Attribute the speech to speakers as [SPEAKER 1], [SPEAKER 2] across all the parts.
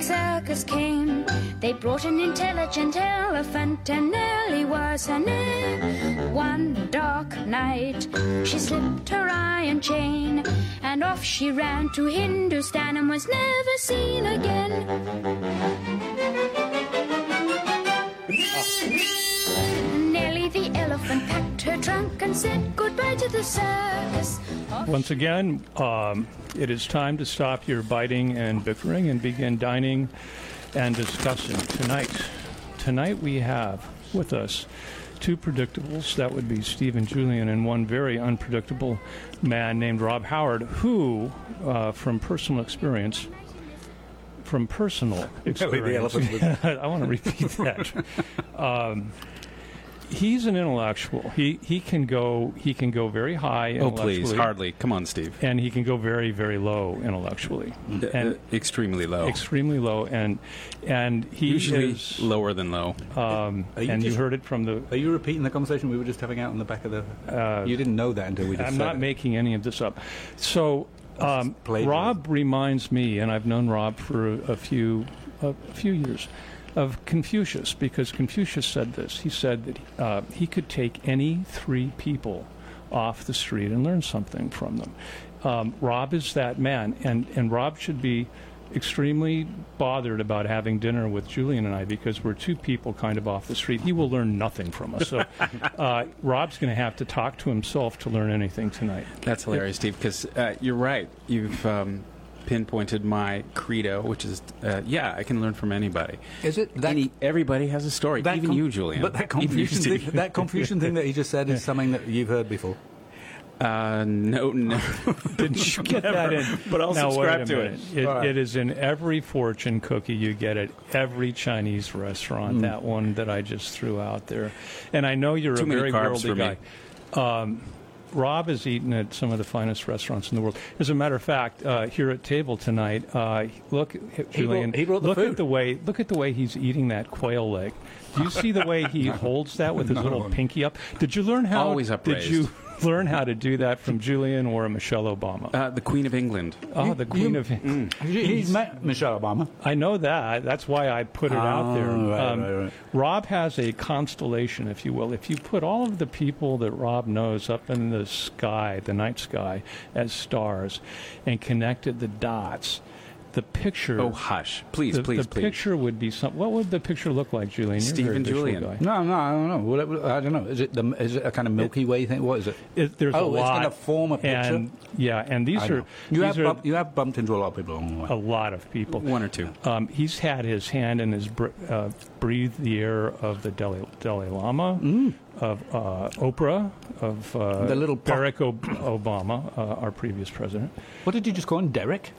[SPEAKER 1] soldiers came. They brought an intelligent elephant, and Nellie was an elf. One dark night, she slipped her iron chain, and off she ran to Hindustan and was never seen again. Nellie the elephant packed her trunk and said goodbye to the circus. Off
[SPEAKER 2] Once again, um, it is time to stop your biting and bickering and begin dining and discussing tonight. Tonight we have with us two predictables. That would be Steve and Julian, and one very unpredictable man named Rob Howard, who, uh, from personal experience, from personal experience,
[SPEAKER 3] elephant would-
[SPEAKER 2] I want to repeat that. um, he's an intellectual. He he can go he can go very high.
[SPEAKER 3] Oh, please,
[SPEAKER 2] intellectually,
[SPEAKER 3] hardly. Come on, Steve.
[SPEAKER 2] And he can go very very low intellectually.
[SPEAKER 3] Uh,
[SPEAKER 2] And,
[SPEAKER 3] uh, extremely low.
[SPEAKER 2] extremely low and and he
[SPEAKER 3] Usually
[SPEAKER 2] is
[SPEAKER 3] lower than low.
[SPEAKER 2] um,
[SPEAKER 4] Are you
[SPEAKER 2] and you
[SPEAKER 4] just-
[SPEAKER 2] heard it from the
[SPEAKER 4] Are you repeating the conversation we were just having out in the back of the? you didn't know that until we just.
[SPEAKER 2] Uh, I'm
[SPEAKER 4] said
[SPEAKER 2] not
[SPEAKER 4] it.
[SPEAKER 2] making any of this up. So um,
[SPEAKER 4] plagiarism.
[SPEAKER 2] Rob reminds me, and I've known Rob for a, a few a few years, of Confucius because Confucius said this. He said that uh, he could take any three people off the street and learn something from them. Um, Rob is that man, and and Rob should be. Extremely bothered about having dinner with Julian and I because we're two people kind of off the street. He will learn nothing from us. So, uh, Rob's going to have to talk to himself to learn anything tonight.
[SPEAKER 3] That's hilarious, Steve, because uh, you're right. You've um, pinpointed my credo, which is, uh, yeah, I can learn from anybody.
[SPEAKER 4] Is it that?
[SPEAKER 3] Any, everybody has a story,
[SPEAKER 4] that
[SPEAKER 3] even
[SPEAKER 4] con-
[SPEAKER 3] you, Julian.
[SPEAKER 4] But that
[SPEAKER 3] Even you,
[SPEAKER 4] Confucian, thing,
[SPEAKER 3] Steve.
[SPEAKER 4] that Confucian thing that he just said is something that you've heard before.
[SPEAKER 3] Uh, no, no.
[SPEAKER 2] Didn't you get that in?
[SPEAKER 3] But I'll
[SPEAKER 2] now,
[SPEAKER 3] subscribe
[SPEAKER 2] wait a
[SPEAKER 3] to
[SPEAKER 2] minute.
[SPEAKER 3] it.
[SPEAKER 2] It,
[SPEAKER 4] All right.
[SPEAKER 2] it is in every fortune cookie you get at every Chinese
[SPEAKER 3] Mm.
[SPEAKER 2] restaurant. That one that I just threw out there, and I know you're
[SPEAKER 3] Too
[SPEAKER 2] a
[SPEAKER 3] many
[SPEAKER 2] very
[SPEAKER 3] carbs
[SPEAKER 2] worldly
[SPEAKER 3] for me.
[SPEAKER 2] guy. Um, Rob has eaten at some of the finest restaurants in the world. As a matter of fact, uh, here at table tonight, uh, look, Julian,
[SPEAKER 4] he brought the
[SPEAKER 2] look
[SPEAKER 4] food.
[SPEAKER 2] at the way look at the way he's eating that quail leg. Do you see the way he holds that with his little pinky up? Did you learn how?
[SPEAKER 3] Always
[SPEAKER 2] did
[SPEAKER 3] upraised.
[SPEAKER 2] you learn how to do that from Julian or Michelle Obama?
[SPEAKER 3] Uh, the Queen of England.
[SPEAKER 2] Oh, the Queen
[SPEAKER 4] you-
[SPEAKER 2] of.
[SPEAKER 4] He's met Michelle Obama.
[SPEAKER 2] I know that. That's why I put it out there. Um,
[SPEAKER 4] Ah, right, right, right.
[SPEAKER 2] Rob has a constellation, if you will. If you put all of the people that Rob knows up in the sky, the night sky, as stars, and connected the dots, the picture.
[SPEAKER 3] Oh, hush. Please,
[SPEAKER 2] the,
[SPEAKER 3] please,
[SPEAKER 2] the
[SPEAKER 3] please.
[SPEAKER 2] picture would be some. What would the picture look like, Julian? You're a
[SPEAKER 3] Steve
[SPEAKER 2] very
[SPEAKER 3] and
[SPEAKER 2] visual
[SPEAKER 3] Julian.
[SPEAKER 2] guy.
[SPEAKER 4] No, no, I don't know. What- what- I don't know. Is it the, is it a kind of Milky Way thing? What is it?
[SPEAKER 2] It- there's a
[SPEAKER 4] oh,
[SPEAKER 2] lot.
[SPEAKER 4] it's going to form a picture.
[SPEAKER 2] And, yeah, and these
[SPEAKER 4] I
[SPEAKER 2] are
[SPEAKER 4] know.
[SPEAKER 2] these
[SPEAKER 4] you have
[SPEAKER 2] are
[SPEAKER 4] bump, you have bumped into a lot of people along the way.
[SPEAKER 2] a lot of people.
[SPEAKER 3] One or two.
[SPEAKER 2] Um, he's had his hand in his br- uh, breathe the air of the Dalai, Dalai Lama, of uh, Oprah, of uh,
[SPEAKER 4] Mm. The little po-
[SPEAKER 2] Barack Ob- Obama, uh, our previous president.
[SPEAKER 4] What did you just call him, Derek?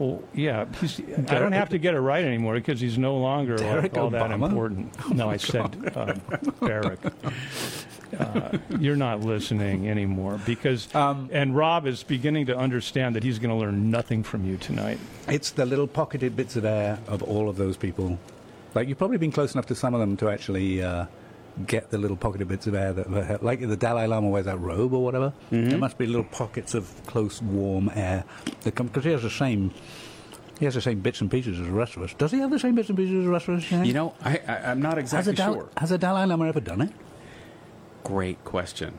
[SPEAKER 2] Well, yeah, he's, I don't have to get it right anymore because he's no longer like
[SPEAKER 4] Barack
[SPEAKER 2] all that
[SPEAKER 4] Obama? Oh
[SPEAKER 2] important. no, I said uh, Barack. Uh, you're not listening anymore because,
[SPEAKER 4] Um,
[SPEAKER 2] and Rob is beginning to understand that he's going to learn nothing from you tonight.
[SPEAKER 4] It's the little pocketed bits of air of all of those people. Like you've probably been close enough to some of them to actually uh, get the little pocketed bits of air that, like the Dalai Lama wears that robe or whatever.
[SPEAKER 3] Mm-hmm.
[SPEAKER 4] There must be little pockets of close, warm air that come because he has the same. He has the same bits and pieces as the rest of us. Does he have the same bits and pieces as the rest of us? think?
[SPEAKER 3] You know, I, I, I'm not
[SPEAKER 4] has, a
[SPEAKER 3] exactly
[SPEAKER 4] Dal-
[SPEAKER 3] sure.
[SPEAKER 4] has the Dalai Lama ever done it?
[SPEAKER 3] Great question.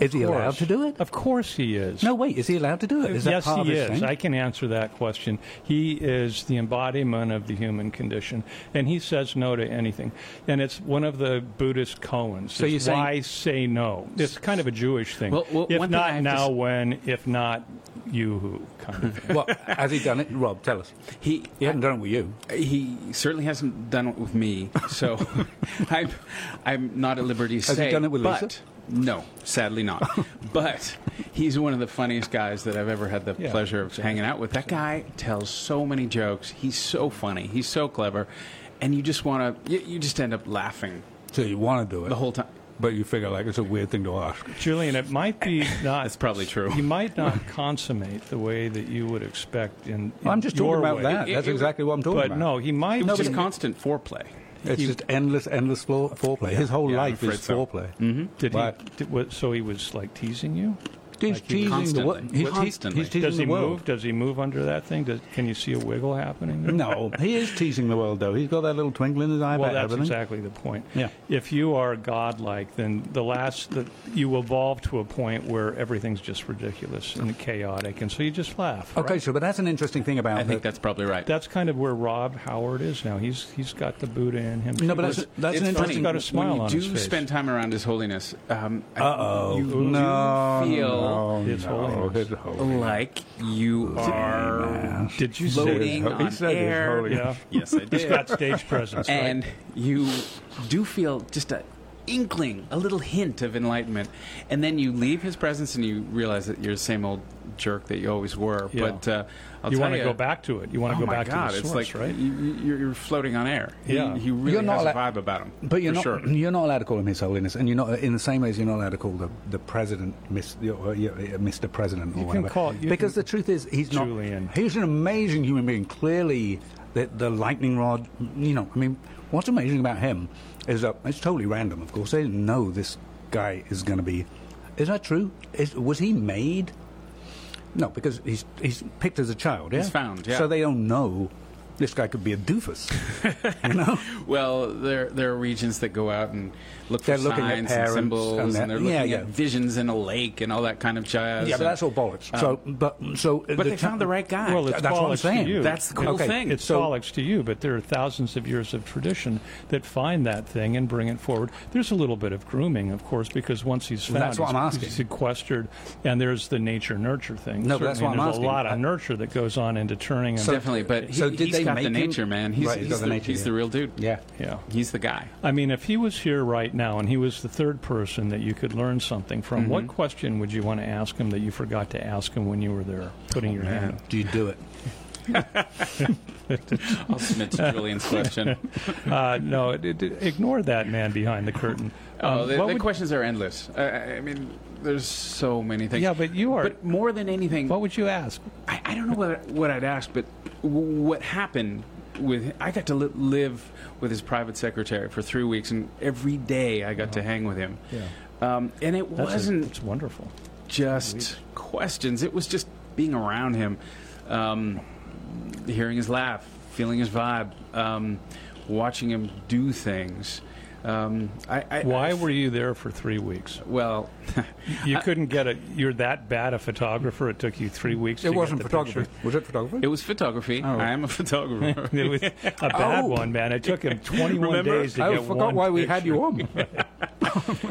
[SPEAKER 4] Is he
[SPEAKER 2] course.
[SPEAKER 4] allowed to do it?
[SPEAKER 2] Of course he is.
[SPEAKER 4] No, wait. Is he allowed to do it? Is that
[SPEAKER 2] yes,
[SPEAKER 4] part of
[SPEAKER 2] he
[SPEAKER 4] his
[SPEAKER 2] is.
[SPEAKER 4] thing?
[SPEAKER 2] I can answer that question. He is the embodiment of the human condition, and he says no to anything. And it's one of the Buddhist koans. So
[SPEAKER 3] you're saying-
[SPEAKER 2] why say no? It's kind of a Jewish thing.
[SPEAKER 3] Well, well,
[SPEAKER 2] if
[SPEAKER 3] one thing I
[SPEAKER 2] not
[SPEAKER 3] have to
[SPEAKER 2] now,
[SPEAKER 3] s-
[SPEAKER 2] when? If not, you who? Kind of.
[SPEAKER 4] well, has he done it? Rob, tell us.
[SPEAKER 3] He,
[SPEAKER 4] He hasn't done it with you.
[SPEAKER 3] He certainly hasn't done it with me, so I'm, I'm not at liberty to
[SPEAKER 4] Has he
[SPEAKER 3] say.
[SPEAKER 4] done it with
[SPEAKER 3] but,
[SPEAKER 4] Lisa?
[SPEAKER 3] No, sadly not. but he's one of the funniest guys that I've ever had the
[SPEAKER 2] Yeah.
[SPEAKER 3] pleasure of hanging out with. That guy tells so many jokes. He's so funny. He's so clever, and you just want to. You, you just end up laughing
[SPEAKER 4] So you want to do it
[SPEAKER 3] the whole time.
[SPEAKER 4] but you figure like it's a weird thing to ask.
[SPEAKER 2] Julian, it might be not. It's
[SPEAKER 3] probably true.
[SPEAKER 2] You might not consummate the way that you would expect in. in
[SPEAKER 4] I'm just
[SPEAKER 2] your
[SPEAKER 4] talking about
[SPEAKER 2] way.
[SPEAKER 4] that.
[SPEAKER 3] It-
[SPEAKER 4] That's
[SPEAKER 3] it-
[SPEAKER 4] exactly what I'm talking
[SPEAKER 2] But
[SPEAKER 4] about.
[SPEAKER 2] no, he might.
[SPEAKER 3] It was
[SPEAKER 2] be-
[SPEAKER 3] just constant foreplay.
[SPEAKER 4] it's just endless, endless fore, foreplay. His whole
[SPEAKER 3] Yeah, I'm
[SPEAKER 4] life
[SPEAKER 3] afraid
[SPEAKER 4] is
[SPEAKER 3] so.
[SPEAKER 4] foreplay.
[SPEAKER 2] Did he,
[SPEAKER 4] But-
[SPEAKER 2] did, what, so he was like teasing you?
[SPEAKER 4] He's
[SPEAKER 2] Like he-
[SPEAKER 4] teasing the wo-
[SPEAKER 3] Constantly.
[SPEAKER 4] he's, he's-
[SPEAKER 3] Constantly.
[SPEAKER 4] he's teasing
[SPEAKER 2] Does he
[SPEAKER 4] the world.
[SPEAKER 2] move? Does he move under that thing? Does, can you see a wiggle happening? there?
[SPEAKER 4] No, he is teasing the world, though. He's got that little twinkle in his eye
[SPEAKER 2] Well,
[SPEAKER 4] about
[SPEAKER 2] that's
[SPEAKER 4] everything.
[SPEAKER 2] exactly the point.
[SPEAKER 4] Yeah.
[SPEAKER 2] If you are godlike, then the last that you evolve to a point where everything's just ridiculous and chaotic, and so you just laugh.
[SPEAKER 4] Okay,
[SPEAKER 2] right?
[SPEAKER 4] so but that's an interesting thing about
[SPEAKER 3] I think
[SPEAKER 4] the-
[SPEAKER 3] that's probably right.
[SPEAKER 2] That's kind of where Rob Howard is now. He's he's got the Buddha in him.
[SPEAKER 4] No, but that's,
[SPEAKER 3] It's-
[SPEAKER 4] that's an
[SPEAKER 3] it's
[SPEAKER 4] interesting.
[SPEAKER 2] He's got a smile
[SPEAKER 3] when you
[SPEAKER 2] on
[SPEAKER 3] do
[SPEAKER 2] his face.
[SPEAKER 3] spend time around His Holiness, um, I-
[SPEAKER 4] Uh-oh.
[SPEAKER 3] you do
[SPEAKER 4] No,
[SPEAKER 3] feel
[SPEAKER 2] It's holy.
[SPEAKER 4] his holy.
[SPEAKER 3] like you are
[SPEAKER 2] Did you say?
[SPEAKER 3] floating
[SPEAKER 4] He
[SPEAKER 3] on
[SPEAKER 4] said His
[SPEAKER 3] air.
[SPEAKER 4] Holiness.
[SPEAKER 2] Yeah.
[SPEAKER 3] Yes, I
[SPEAKER 2] He's
[SPEAKER 3] did.
[SPEAKER 2] got stage presence. right?
[SPEAKER 3] and you do feel just a inkling, a little hint of enlightenment, and then you leave his presence and you realize that you're the same old jerk that you always were.
[SPEAKER 2] Yeah.
[SPEAKER 3] But uh, I'll
[SPEAKER 2] you
[SPEAKER 3] tell
[SPEAKER 2] want to
[SPEAKER 3] you,
[SPEAKER 2] go back to it. You want
[SPEAKER 3] Oh
[SPEAKER 2] to go
[SPEAKER 3] my
[SPEAKER 2] back
[SPEAKER 3] God,
[SPEAKER 2] to the
[SPEAKER 3] it's
[SPEAKER 2] source,
[SPEAKER 3] like
[SPEAKER 2] right?
[SPEAKER 3] you- you, you're floating on air. He-
[SPEAKER 2] Yeah.
[SPEAKER 3] he, really
[SPEAKER 4] You're not
[SPEAKER 3] has
[SPEAKER 4] allo-
[SPEAKER 3] a vibe about him.
[SPEAKER 4] But you're
[SPEAKER 3] for
[SPEAKER 4] not
[SPEAKER 3] sure.
[SPEAKER 4] you're not allowed to call him His Holiness, and you're not in the same way as you're not allowed to call the, the president Miss, uh, uh, yeah, uh, Mr. President or
[SPEAKER 2] You can
[SPEAKER 4] whatever.
[SPEAKER 2] call- you
[SPEAKER 4] because
[SPEAKER 2] can-
[SPEAKER 4] the truth is, he's
[SPEAKER 2] Julian.
[SPEAKER 4] not. He's an amazing human being. Clearly, the, the lightning rod. You know, I mean, what's amazing about him is that it's totally random. Of course, they didn't know this guy is going to be. Is that true? Is, was he made? No, because he's he's picked as a child. Yeah?
[SPEAKER 3] He's found, yeah.
[SPEAKER 4] So they don't know. This guy could be a doofus, you know.
[SPEAKER 3] Well, there there are regions that go out and look
[SPEAKER 4] They're
[SPEAKER 3] for
[SPEAKER 4] looking at
[SPEAKER 3] signs and
[SPEAKER 4] parents
[SPEAKER 3] symbols,
[SPEAKER 4] and
[SPEAKER 3] and,
[SPEAKER 4] that-
[SPEAKER 3] they're
[SPEAKER 4] yeah,
[SPEAKER 3] looking
[SPEAKER 4] yeah.
[SPEAKER 3] at visions in a lake and all that kind of jazz.
[SPEAKER 4] Yeah, but that's all bollocks. so, um, but so,
[SPEAKER 3] But they found the right guy.
[SPEAKER 2] Well, it's
[SPEAKER 4] That's what I'm
[SPEAKER 2] bollocks
[SPEAKER 4] saying.
[SPEAKER 2] to you.
[SPEAKER 3] That's the cool
[SPEAKER 4] Okay,
[SPEAKER 3] thing.
[SPEAKER 2] It's
[SPEAKER 4] So-
[SPEAKER 2] bollocks to you, but there are thousands of years of tradition that find that thing and bring it forward. There's a little bit of grooming, of course, because once he's found,
[SPEAKER 4] that's what
[SPEAKER 2] he's,
[SPEAKER 4] I'm asking.
[SPEAKER 2] he's sequestered, and there's the nature nurture thing.
[SPEAKER 4] No,
[SPEAKER 2] Certainly,
[SPEAKER 4] but that's what I'm
[SPEAKER 2] there's
[SPEAKER 4] asking.
[SPEAKER 2] a lot of
[SPEAKER 4] I-
[SPEAKER 2] nurture that goes on into turning him.
[SPEAKER 3] Definitely, but he,
[SPEAKER 4] So did
[SPEAKER 3] has
[SPEAKER 4] they
[SPEAKER 3] got
[SPEAKER 4] make
[SPEAKER 3] the
[SPEAKER 4] him-
[SPEAKER 3] nature, man. He's,
[SPEAKER 4] Right, he's
[SPEAKER 3] he's,
[SPEAKER 4] got the
[SPEAKER 3] the,
[SPEAKER 4] nature,
[SPEAKER 3] he's
[SPEAKER 4] yeah.
[SPEAKER 3] the real dude.
[SPEAKER 4] Yeah.
[SPEAKER 2] yeah.
[SPEAKER 3] He's the guy.
[SPEAKER 2] I mean, if he was here right now and he was the third person that you could learn something from,
[SPEAKER 4] Mm-hmm.
[SPEAKER 2] what question would you want to ask him that you forgot to ask him when you were there putting
[SPEAKER 4] Oh,
[SPEAKER 2] your hand up?
[SPEAKER 4] Do you do it?
[SPEAKER 3] I'll submit to Julian's question.
[SPEAKER 2] Uh, no, it, it, ignore that man behind the curtain.
[SPEAKER 3] Oh,
[SPEAKER 2] Um,
[SPEAKER 3] the,
[SPEAKER 2] what
[SPEAKER 3] the
[SPEAKER 2] would-
[SPEAKER 3] questions are endless. I, I I mean, there's so many things.
[SPEAKER 2] Yeah, but you are-
[SPEAKER 3] But more than anything,
[SPEAKER 2] what would you ask?
[SPEAKER 3] I, I don't know what, what I'd ask, but w- what happened with I got to li- live with his private secretary for three weeks, and every day I got to
[SPEAKER 4] Uh-huh.
[SPEAKER 3] hang with him.
[SPEAKER 2] Yeah.
[SPEAKER 3] Um, and it
[SPEAKER 2] That's a-
[SPEAKER 3] wasn't
[SPEAKER 2] it's wonderful.
[SPEAKER 3] just questions; it was just being around him, um, hearing his laugh, feeling his vibe, um, watching him do things. Um, I, I,
[SPEAKER 2] Why were you there for three weeks?
[SPEAKER 3] well?
[SPEAKER 2] You couldn't get it. You're that bad a photographer. It took you three weeks. to
[SPEAKER 4] It
[SPEAKER 2] get
[SPEAKER 4] wasn't
[SPEAKER 2] the
[SPEAKER 4] photography.
[SPEAKER 2] picture.
[SPEAKER 4] Was it photography?
[SPEAKER 3] it was photography. I am a photographer.
[SPEAKER 2] It was a bad one, man. It took him 21
[SPEAKER 3] Remember?
[SPEAKER 2] days to
[SPEAKER 4] Oh. I
[SPEAKER 2] get one.
[SPEAKER 4] forgot why we had
[SPEAKER 2] picture.
[SPEAKER 4] you on.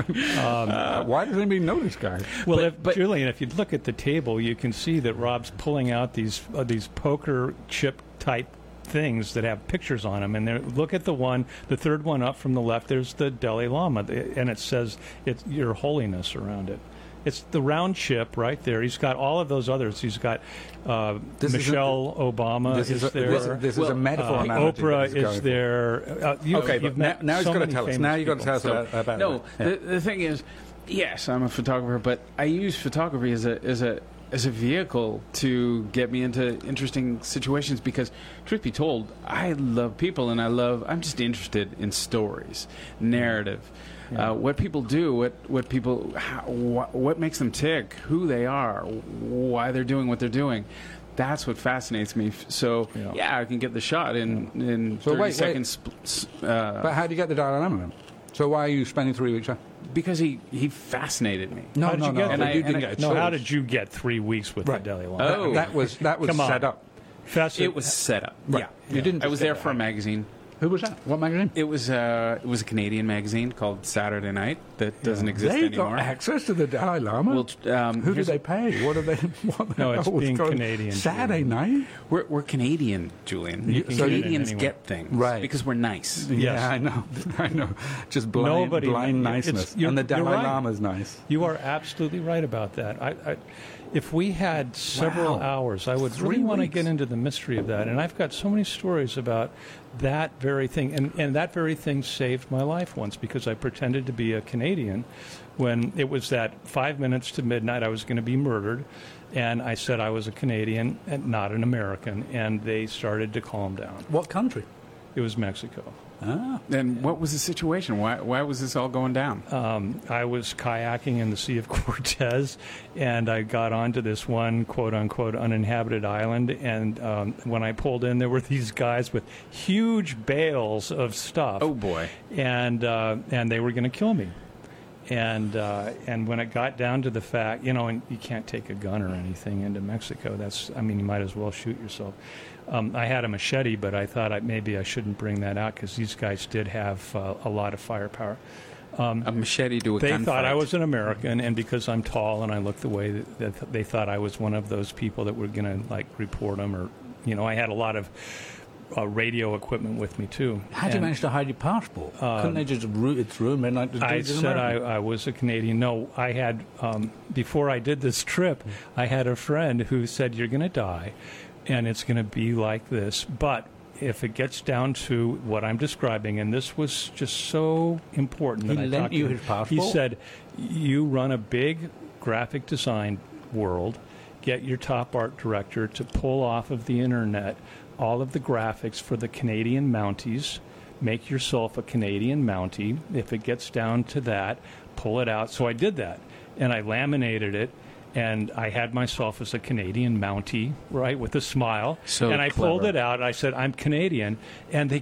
[SPEAKER 4] Uh, why does anybody know this guy?
[SPEAKER 2] Well, if, Julian, if you look at the table, you can see that Rob's pulling out these uh, these poker chip type things that have pictures on them. And there, look at the one, the third one up from the left. There's the Dalai Lama, the- and it says it's Your Holiness around it. It's the round chip right there. He's got all of those others. He's got uh,
[SPEAKER 4] This is a-
[SPEAKER 2] Michelle Obama
[SPEAKER 4] this is,
[SPEAKER 2] Uh, is
[SPEAKER 4] a,
[SPEAKER 2] there.
[SPEAKER 4] this, this is
[SPEAKER 3] Well,
[SPEAKER 4] a metaphor.
[SPEAKER 2] uh,
[SPEAKER 4] analogy that
[SPEAKER 2] Oprah
[SPEAKER 4] he's going
[SPEAKER 2] is
[SPEAKER 4] for.
[SPEAKER 2] there. Uh, you,
[SPEAKER 4] Okay,
[SPEAKER 2] you've
[SPEAKER 4] but now,
[SPEAKER 2] met
[SPEAKER 4] now he's
[SPEAKER 2] so
[SPEAKER 4] got to
[SPEAKER 2] many
[SPEAKER 4] tell us.
[SPEAKER 2] famous
[SPEAKER 4] Now you've got to
[SPEAKER 2] people.
[SPEAKER 4] tell us about, about
[SPEAKER 3] no,
[SPEAKER 4] that. Yeah.
[SPEAKER 3] the, the thing is, yes, I'm a photographer, but I use photography as a as a as a vehicle to get me into interesting situations because truth be told i love people and i love i'm just interested in stories narrative uh, what people do what what people how, wh- what makes them tick who they are why they're doing what they're doing that's what fascinates me F- so
[SPEAKER 2] Yeah.
[SPEAKER 3] yeah, i can get the shot in in
[SPEAKER 4] So
[SPEAKER 3] 30
[SPEAKER 4] wait, wait.
[SPEAKER 3] seconds sp- s- uh,
[SPEAKER 4] But how do you get the Dalai Lama then? So why are you spending three weeks?
[SPEAKER 3] because he he fascinated me
[SPEAKER 4] No,
[SPEAKER 2] How did
[SPEAKER 4] no,
[SPEAKER 2] you
[SPEAKER 4] no.
[SPEAKER 2] get
[SPEAKER 4] but
[SPEAKER 3] there?
[SPEAKER 4] you
[SPEAKER 3] And I-
[SPEAKER 4] didn't
[SPEAKER 3] and I-
[SPEAKER 4] get a
[SPEAKER 2] No, how
[SPEAKER 4] choice.
[SPEAKER 2] did you get three weeks with
[SPEAKER 4] Right.
[SPEAKER 2] the Dalai Lama?
[SPEAKER 4] That-
[SPEAKER 3] Oh.
[SPEAKER 4] That was that was
[SPEAKER 2] Come on.
[SPEAKER 4] set up.
[SPEAKER 2] Fess
[SPEAKER 3] It was set up.
[SPEAKER 4] Right.
[SPEAKER 3] Yeah,
[SPEAKER 4] You didn't
[SPEAKER 3] I
[SPEAKER 4] just
[SPEAKER 3] was
[SPEAKER 4] get
[SPEAKER 3] there
[SPEAKER 4] that.
[SPEAKER 3] for a magazine.
[SPEAKER 4] Who was that? What magazine?
[SPEAKER 3] It was uh, it was a Canadian magazine called Saturday Night that doesn't exist
[SPEAKER 4] They
[SPEAKER 3] anymore.
[SPEAKER 4] got access to the Dalai Lama.
[SPEAKER 3] Well, t- um,
[SPEAKER 4] Who do
[SPEAKER 3] here's-
[SPEAKER 4] they pay? What are they? What the
[SPEAKER 2] No, it's
[SPEAKER 4] hell was
[SPEAKER 2] being
[SPEAKER 4] going-
[SPEAKER 2] Canadian,
[SPEAKER 4] Saturday
[SPEAKER 2] Julian.
[SPEAKER 4] night.
[SPEAKER 3] we're, we're Canadian, Julian.
[SPEAKER 2] You can
[SPEAKER 3] so
[SPEAKER 2] get it
[SPEAKER 3] Canadians
[SPEAKER 2] anywhere.
[SPEAKER 3] get things
[SPEAKER 4] Right.
[SPEAKER 3] because we're nice.
[SPEAKER 2] Yes.
[SPEAKER 4] Yeah, I know. I know. Just blind,
[SPEAKER 2] Nobody-
[SPEAKER 4] blind
[SPEAKER 2] it's-
[SPEAKER 4] niceness.
[SPEAKER 2] you're-
[SPEAKER 4] And the Dalai
[SPEAKER 2] you're right.
[SPEAKER 4] Lama's nice.
[SPEAKER 2] You are absolutely right about that. I, I, if we had several
[SPEAKER 4] Wow.
[SPEAKER 2] hours, I would
[SPEAKER 4] Three
[SPEAKER 2] really want to
[SPEAKER 4] weeks.
[SPEAKER 2] get into the mystery of that. And I've got so many stories about that very thing. And, and that very thing saved my life once because I pretended to be a Canadian when it was that five minutes to midnight I was going to be murdered. And I said I was a Canadian and not an American. And they started to calm down.
[SPEAKER 4] What country?
[SPEAKER 2] It was Mexico.
[SPEAKER 4] Ah,
[SPEAKER 3] And what was the situation? Why, why was this all going down?
[SPEAKER 2] um, I was kayaking in the Sea of Cortez, and I got onto this one quote unquote uninhabited island. And um, when I pulled in, there were these guys with huge bales of stuff.
[SPEAKER 3] Oh, boy.
[SPEAKER 2] And uh, and they were going to kill me. And uh, and when it got down to the fact, you know, and you can't take a gun or anything into Mexico. That's I mean, you might as well shoot yourself. Um, I had a machete, but I thought I, maybe I shouldn't bring that out because these guys did have uh, a lot of firepower
[SPEAKER 3] A machete to a
[SPEAKER 2] they
[SPEAKER 3] gunfight.
[SPEAKER 2] thought I was an American, and because I'm tall and I look the way that, that they thought I was one of those people that were going to like report them, or you know, I had a lot of uh, radio equipment with me too.
[SPEAKER 4] how would
[SPEAKER 2] And
[SPEAKER 4] you
[SPEAKER 2] Uh,
[SPEAKER 4] manage to hide your passport? Couldn't they just root it through and then like
[SPEAKER 2] I said I, I was a Canadian. No, I had um, before I did this
[SPEAKER 4] Mm.
[SPEAKER 2] trip, I had a friend who said you're going to die, and it's going to be like this, but. If it gets down to what I'm describing, and this was just so important
[SPEAKER 4] He
[SPEAKER 2] that I
[SPEAKER 4] lent
[SPEAKER 2] talked
[SPEAKER 4] you
[SPEAKER 2] to him.
[SPEAKER 4] his passport?
[SPEAKER 2] He said, said, "You run a big graphic design world. Get your top art director to pull off of the internet all of the graphics for the Canadian Mounties. Make yourself a Canadian Mountie. If it gets down to that, pull it out." So I did that, and I laminated it. And I had myself as a Canadian Mountie, right, with a smile.
[SPEAKER 3] So
[SPEAKER 2] and I pulled
[SPEAKER 3] clever.
[SPEAKER 2] it out. And I said, "I'm Canadian," and they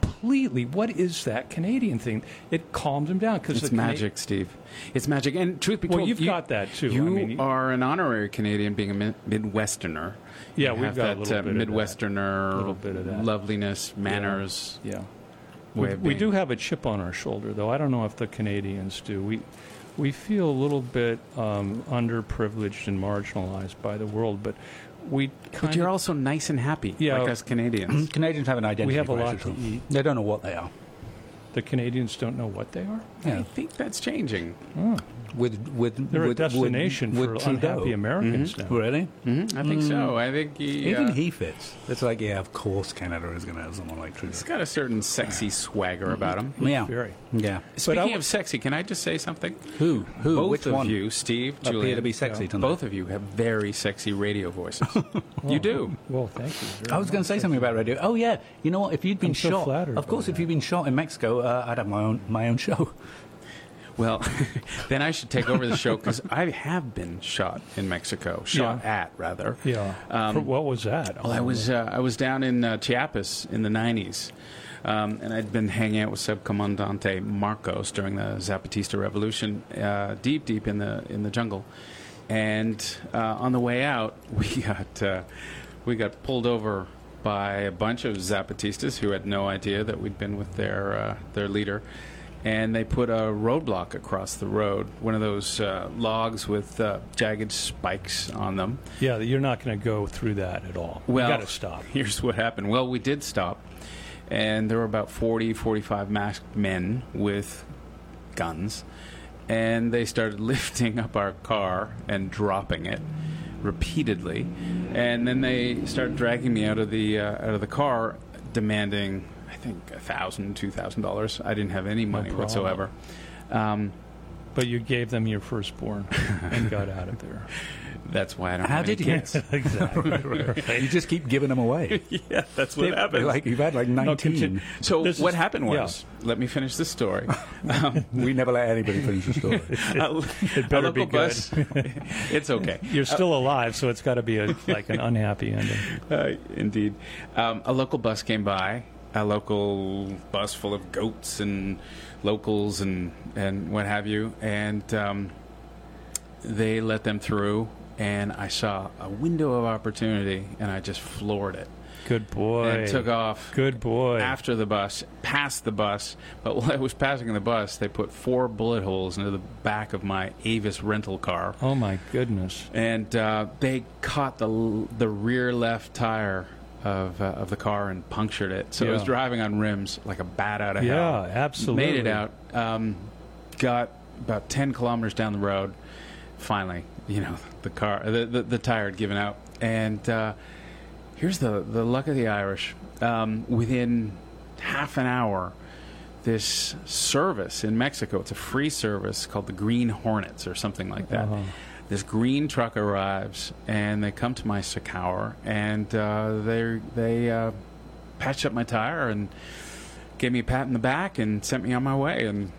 [SPEAKER 2] completely. What is that Canadian thing? It calmed them down because
[SPEAKER 3] It's magic, Steve. It's magic. And truth be
[SPEAKER 2] Well,
[SPEAKER 3] told,
[SPEAKER 2] you've got that, too. I
[SPEAKER 3] You
[SPEAKER 2] mean, you-
[SPEAKER 3] are an honorary Canadian, being a mid- Midwesterner.
[SPEAKER 2] Yeah,
[SPEAKER 3] You
[SPEAKER 2] we've
[SPEAKER 3] have
[SPEAKER 2] got a
[SPEAKER 3] that
[SPEAKER 2] little
[SPEAKER 3] uh,
[SPEAKER 2] bit of that.
[SPEAKER 3] Midwesterner
[SPEAKER 2] Little bit of that.
[SPEAKER 3] loveliness, manners.
[SPEAKER 2] Yeah.
[SPEAKER 3] Way
[SPEAKER 2] We,
[SPEAKER 3] of
[SPEAKER 2] we
[SPEAKER 3] being.
[SPEAKER 2] do have a chip on our shoulder, though. I don't know if the Canadians do. We we feel a little bit um, underprivileged and marginalized by the world, but we kind
[SPEAKER 3] But you're
[SPEAKER 2] of
[SPEAKER 3] also nice and happy,
[SPEAKER 2] Yeah. Mm-hmm.
[SPEAKER 3] like us Canadians.
[SPEAKER 4] Canadians have an identity.
[SPEAKER 2] have a lot
[SPEAKER 4] crisis.
[SPEAKER 2] to eat.
[SPEAKER 4] They don't know what they are.
[SPEAKER 2] the Canadians don't know what they are.
[SPEAKER 3] I think that's changing.
[SPEAKER 4] With with
[SPEAKER 2] They're
[SPEAKER 4] with,
[SPEAKER 2] a destination
[SPEAKER 4] with,
[SPEAKER 2] for
[SPEAKER 4] with Trudeau.
[SPEAKER 2] unhappy Americans now.
[SPEAKER 4] Really?
[SPEAKER 3] Mm-hmm. I think
[SPEAKER 2] Mm.
[SPEAKER 3] so. I think he,
[SPEAKER 4] Even
[SPEAKER 3] uh,
[SPEAKER 4] he fits. It's like, yeah, of course Canada is going to have someone like Trudeau.
[SPEAKER 3] he's got a certain sexy swagger about him.
[SPEAKER 4] Yeah.
[SPEAKER 2] Very.
[SPEAKER 4] Yeah.
[SPEAKER 3] Speaking
[SPEAKER 2] I w-
[SPEAKER 3] of sexy, can I just say something?
[SPEAKER 4] Who? Who?
[SPEAKER 3] Both
[SPEAKER 4] Which
[SPEAKER 3] of
[SPEAKER 4] one?
[SPEAKER 3] you, Steve,
[SPEAKER 4] Appear
[SPEAKER 3] Julian,
[SPEAKER 4] to be sexy tonight.
[SPEAKER 3] Both of you have very sexy radio voices. you do.
[SPEAKER 2] Well, thank you. very
[SPEAKER 4] I was going
[SPEAKER 2] much.
[SPEAKER 4] to say something about radio. Oh yeah, you know what? If you'd been
[SPEAKER 2] I'm so
[SPEAKER 4] shot,
[SPEAKER 2] flattered
[SPEAKER 4] of course,
[SPEAKER 2] by
[SPEAKER 4] if you'd been shot in Mexico, uh, I'd have my own my own show.
[SPEAKER 3] Well, then I should take over the show because I have been shot in Mexico, shot
[SPEAKER 2] Yeah.
[SPEAKER 3] at rather.
[SPEAKER 2] Yeah. For- what was that?
[SPEAKER 3] Well, I was uh, I was down in uh, Chiapas in the '90s, um, and I'd been hanging out with Subcomandante Marcos during the Zapatista Revolution, uh, deep deep in the in the jungle. And uh, on the way out, we got uh, we got pulled over by a bunch of Zapatistas who had no idea that we'd been with their uh, their leader. And they put a roadblock across the road, one of those uh, logs with uh, jagged spikes on them.
[SPEAKER 2] Yeah, you're not going to go through that at all.
[SPEAKER 3] Well,
[SPEAKER 2] you got to stop.
[SPEAKER 3] Here's what happened. Well, we did stop, and there were about 40, 45 masked men with guns, and they started lifting up our car and dropping it repeatedly, and then they started dragging me out of the uh, out of the car, demanding I think a thousand, two thousand dollars. I didn't have any money
[SPEAKER 2] problem.
[SPEAKER 3] whatsoever. Um,
[SPEAKER 2] But you gave them your firstborn and got out of there.
[SPEAKER 3] that's why I don't.
[SPEAKER 4] How
[SPEAKER 3] have any
[SPEAKER 4] did you?
[SPEAKER 3] kids.
[SPEAKER 2] exactly.
[SPEAKER 4] You just keep giving them away.
[SPEAKER 3] Yeah, that's what happened.
[SPEAKER 4] Like you've had like nineteen.
[SPEAKER 2] continue.
[SPEAKER 3] so
[SPEAKER 2] This
[SPEAKER 3] what
[SPEAKER 2] is-
[SPEAKER 3] happened
[SPEAKER 2] yeah.
[SPEAKER 3] was, let me finish this story.
[SPEAKER 4] we never let anybody finish the story.
[SPEAKER 3] it
[SPEAKER 2] better be good.
[SPEAKER 3] it's okay.
[SPEAKER 2] You're still alive, so it's got to be a, like an unhappy ending.
[SPEAKER 3] Uh, indeed. Um, a local bus came by, a local bus full of goats and locals and, and what have you. And um, they let them through, and I saw a window of opportunity, and I just floored it.
[SPEAKER 2] Good boy.
[SPEAKER 3] And took off.
[SPEAKER 2] Good boy.
[SPEAKER 3] After the bus, past the bus, but while I was passing the bus, they put four bullet holes into the back of my Avis rental car.
[SPEAKER 2] oh my goodness.
[SPEAKER 3] and uh, they caught the l- the rear left tire of uh, of the car and punctured it. So it was
[SPEAKER 2] Yeah.
[SPEAKER 3] driving on rims like a bat out of
[SPEAKER 2] Yeah,
[SPEAKER 3] hell.
[SPEAKER 2] absolutely.
[SPEAKER 3] Made it out. Um, got about ten kilometers down the road. Finally, you know, the car the the, the tire had given out, and uh, here's the the luck of the Irish. Um, within half an hour. This service in Mexico, it's a free service called the Green Hornets or something like that
[SPEAKER 2] Uh-huh.
[SPEAKER 3] this green truck arrives and they come to my Sakaur and uh, they they uh, patched up my tire and gave me a pat in the back and sent me on my way. And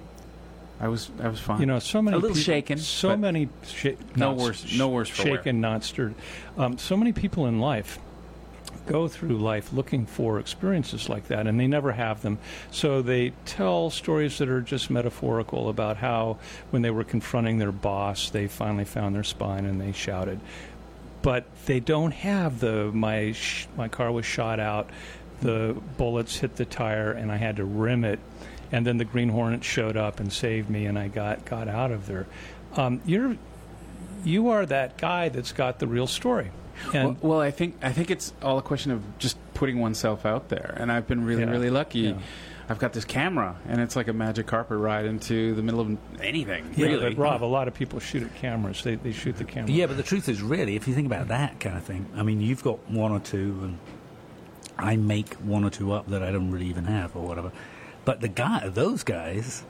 [SPEAKER 3] I was I was fine.
[SPEAKER 2] You know, so many
[SPEAKER 3] A little
[SPEAKER 2] people-
[SPEAKER 3] shaken,
[SPEAKER 2] So
[SPEAKER 3] but
[SPEAKER 2] many sha-
[SPEAKER 3] no
[SPEAKER 2] not
[SPEAKER 3] worse-
[SPEAKER 2] sh-
[SPEAKER 3] no worse for wear.
[SPEAKER 2] shaken, not stirred. Um, so many people in life go through life looking for experiences like that, and they never have them. So they tell stories that are just metaphorical about how, when they were confronting their boss, they finally found their spine and they shouted. But they don't have the my sh- my car was shot out, the bullets hit the tire, and I had to rim it, and then the Green Hornet showed up and saved me, and I got got out of there. Um, you're you are that guy that's got the real story. And
[SPEAKER 3] well, well, I think I think it's all a question of just putting oneself out there, and I've been really
[SPEAKER 2] Yeah.
[SPEAKER 3] really lucky.
[SPEAKER 2] Yeah.
[SPEAKER 3] I've got this camera, and it's like a magic carpet ride into the middle of anything.
[SPEAKER 2] Yeah,
[SPEAKER 3] really,
[SPEAKER 2] but Rob, a lot of people shoot at cameras. They, they shoot the camera.
[SPEAKER 4] Yeah, but the truth is, really, if you think about that kind of thing, I mean, you've got one or two, and I make one or two up that I don't really even have or whatever. But the guy, those guys,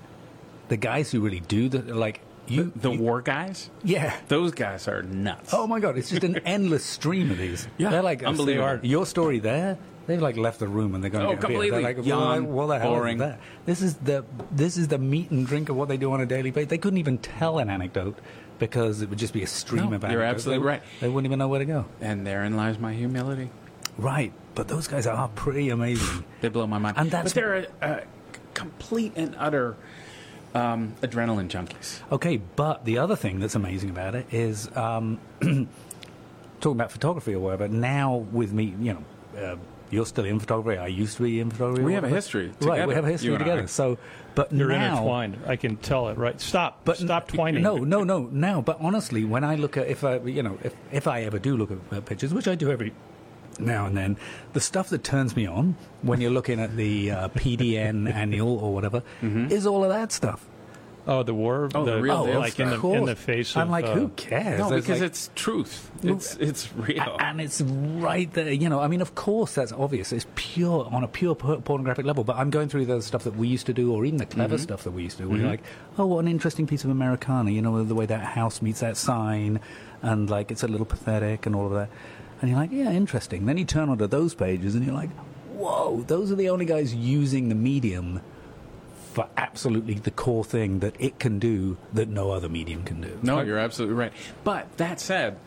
[SPEAKER 4] the guys who really do the like you,
[SPEAKER 3] the
[SPEAKER 4] you-
[SPEAKER 3] war guys,
[SPEAKER 4] yeah.
[SPEAKER 3] those guys are nuts.
[SPEAKER 4] Oh my god, it's just an endless stream of these.
[SPEAKER 3] Yeah,
[SPEAKER 4] they're like
[SPEAKER 3] unbelievable.
[SPEAKER 4] they are- Your story there, they've like left the room and they're going
[SPEAKER 3] Oh,
[SPEAKER 4] to get a beer.
[SPEAKER 3] completely.
[SPEAKER 4] They're like, well,
[SPEAKER 3] Yawn,
[SPEAKER 4] what the hell
[SPEAKER 3] boring.
[SPEAKER 4] is that? This is the this is the meat and drink of what they do on a daily basis. They couldn't even tell an anecdote because it would just be a stream
[SPEAKER 3] No,
[SPEAKER 4] of anecdotes.
[SPEAKER 3] you're absolutely
[SPEAKER 4] They-
[SPEAKER 3] right.
[SPEAKER 4] They wouldn't even know where to go.
[SPEAKER 3] And therein lies my humility.
[SPEAKER 4] Right, but those guys are pretty amazing.
[SPEAKER 3] They blow my mind.
[SPEAKER 4] And that's-
[SPEAKER 3] but they're a, a complete and utter um, adrenaline junkies.
[SPEAKER 4] Okay, but the other thing that's amazing about it is um, talking about photography or whatever. Now with me, you know, uh, you're still in photography. I used to be in photography. or
[SPEAKER 3] We have a
[SPEAKER 4] whatever.
[SPEAKER 3] history
[SPEAKER 4] right?
[SPEAKER 3] together,
[SPEAKER 4] We have a
[SPEAKER 3] you
[SPEAKER 4] history
[SPEAKER 3] and I.
[SPEAKER 4] together. So, but
[SPEAKER 2] You're
[SPEAKER 4] now,
[SPEAKER 2] intertwined. I can tell it, right? Stop.
[SPEAKER 4] But
[SPEAKER 2] Stop twining.
[SPEAKER 4] No, no, no, no. But honestly, when I look at if I, you know, if if I ever do look at uh, pictures, which I do every now and then, the stuff that turns me on when you're looking at the uh, PDN annual or whatever
[SPEAKER 3] Mm-hmm.
[SPEAKER 4] is all of that stuff.
[SPEAKER 2] Oh, the war.
[SPEAKER 3] Oh, the real
[SPEAKER 4] Oh,
[SPEAKER 3] deal.
[SPEAKER 4] of
[SPEAKER 2] Like in the, in
[SPEAKER 4] course.
[SPEAKER 2] the face
[SPEAKER 4] I'm
[SPEAKER 2] of.
[SPEAKER 4] like,
[SPEAKER 2] uh,
[SPEAKER 4] who cares?
[SPEAKER 3] No,
[SPEAKER 4] There's
[SPEAKER 3] because
[SPEAKER 4] like-
[SPEAKER 3] it's truth. It's it's real.
[SPEAKER 4] A- and it's right there. You know, I mean, of course, that's obvious. It's pure on a pure por- pornographic level. But I'm going through the stuff that we used to do, or even the
[SPEAKER 2] Mm-hmm.
[SPEAKER 4] clever stuff that we used to do. Where you're like, oh, what an interesting piece of Americana. You know, the way that house meets that sign, and like it's a little pathetic and all of that. And you're like, yeah, interesting. Then you turn onto those pages, and you're like, whoa, those are the only guys using the medium for absolutely the core thing that it can do that no other medium can do.
[SPEAKER 3] No, you're absolutely right. But that said,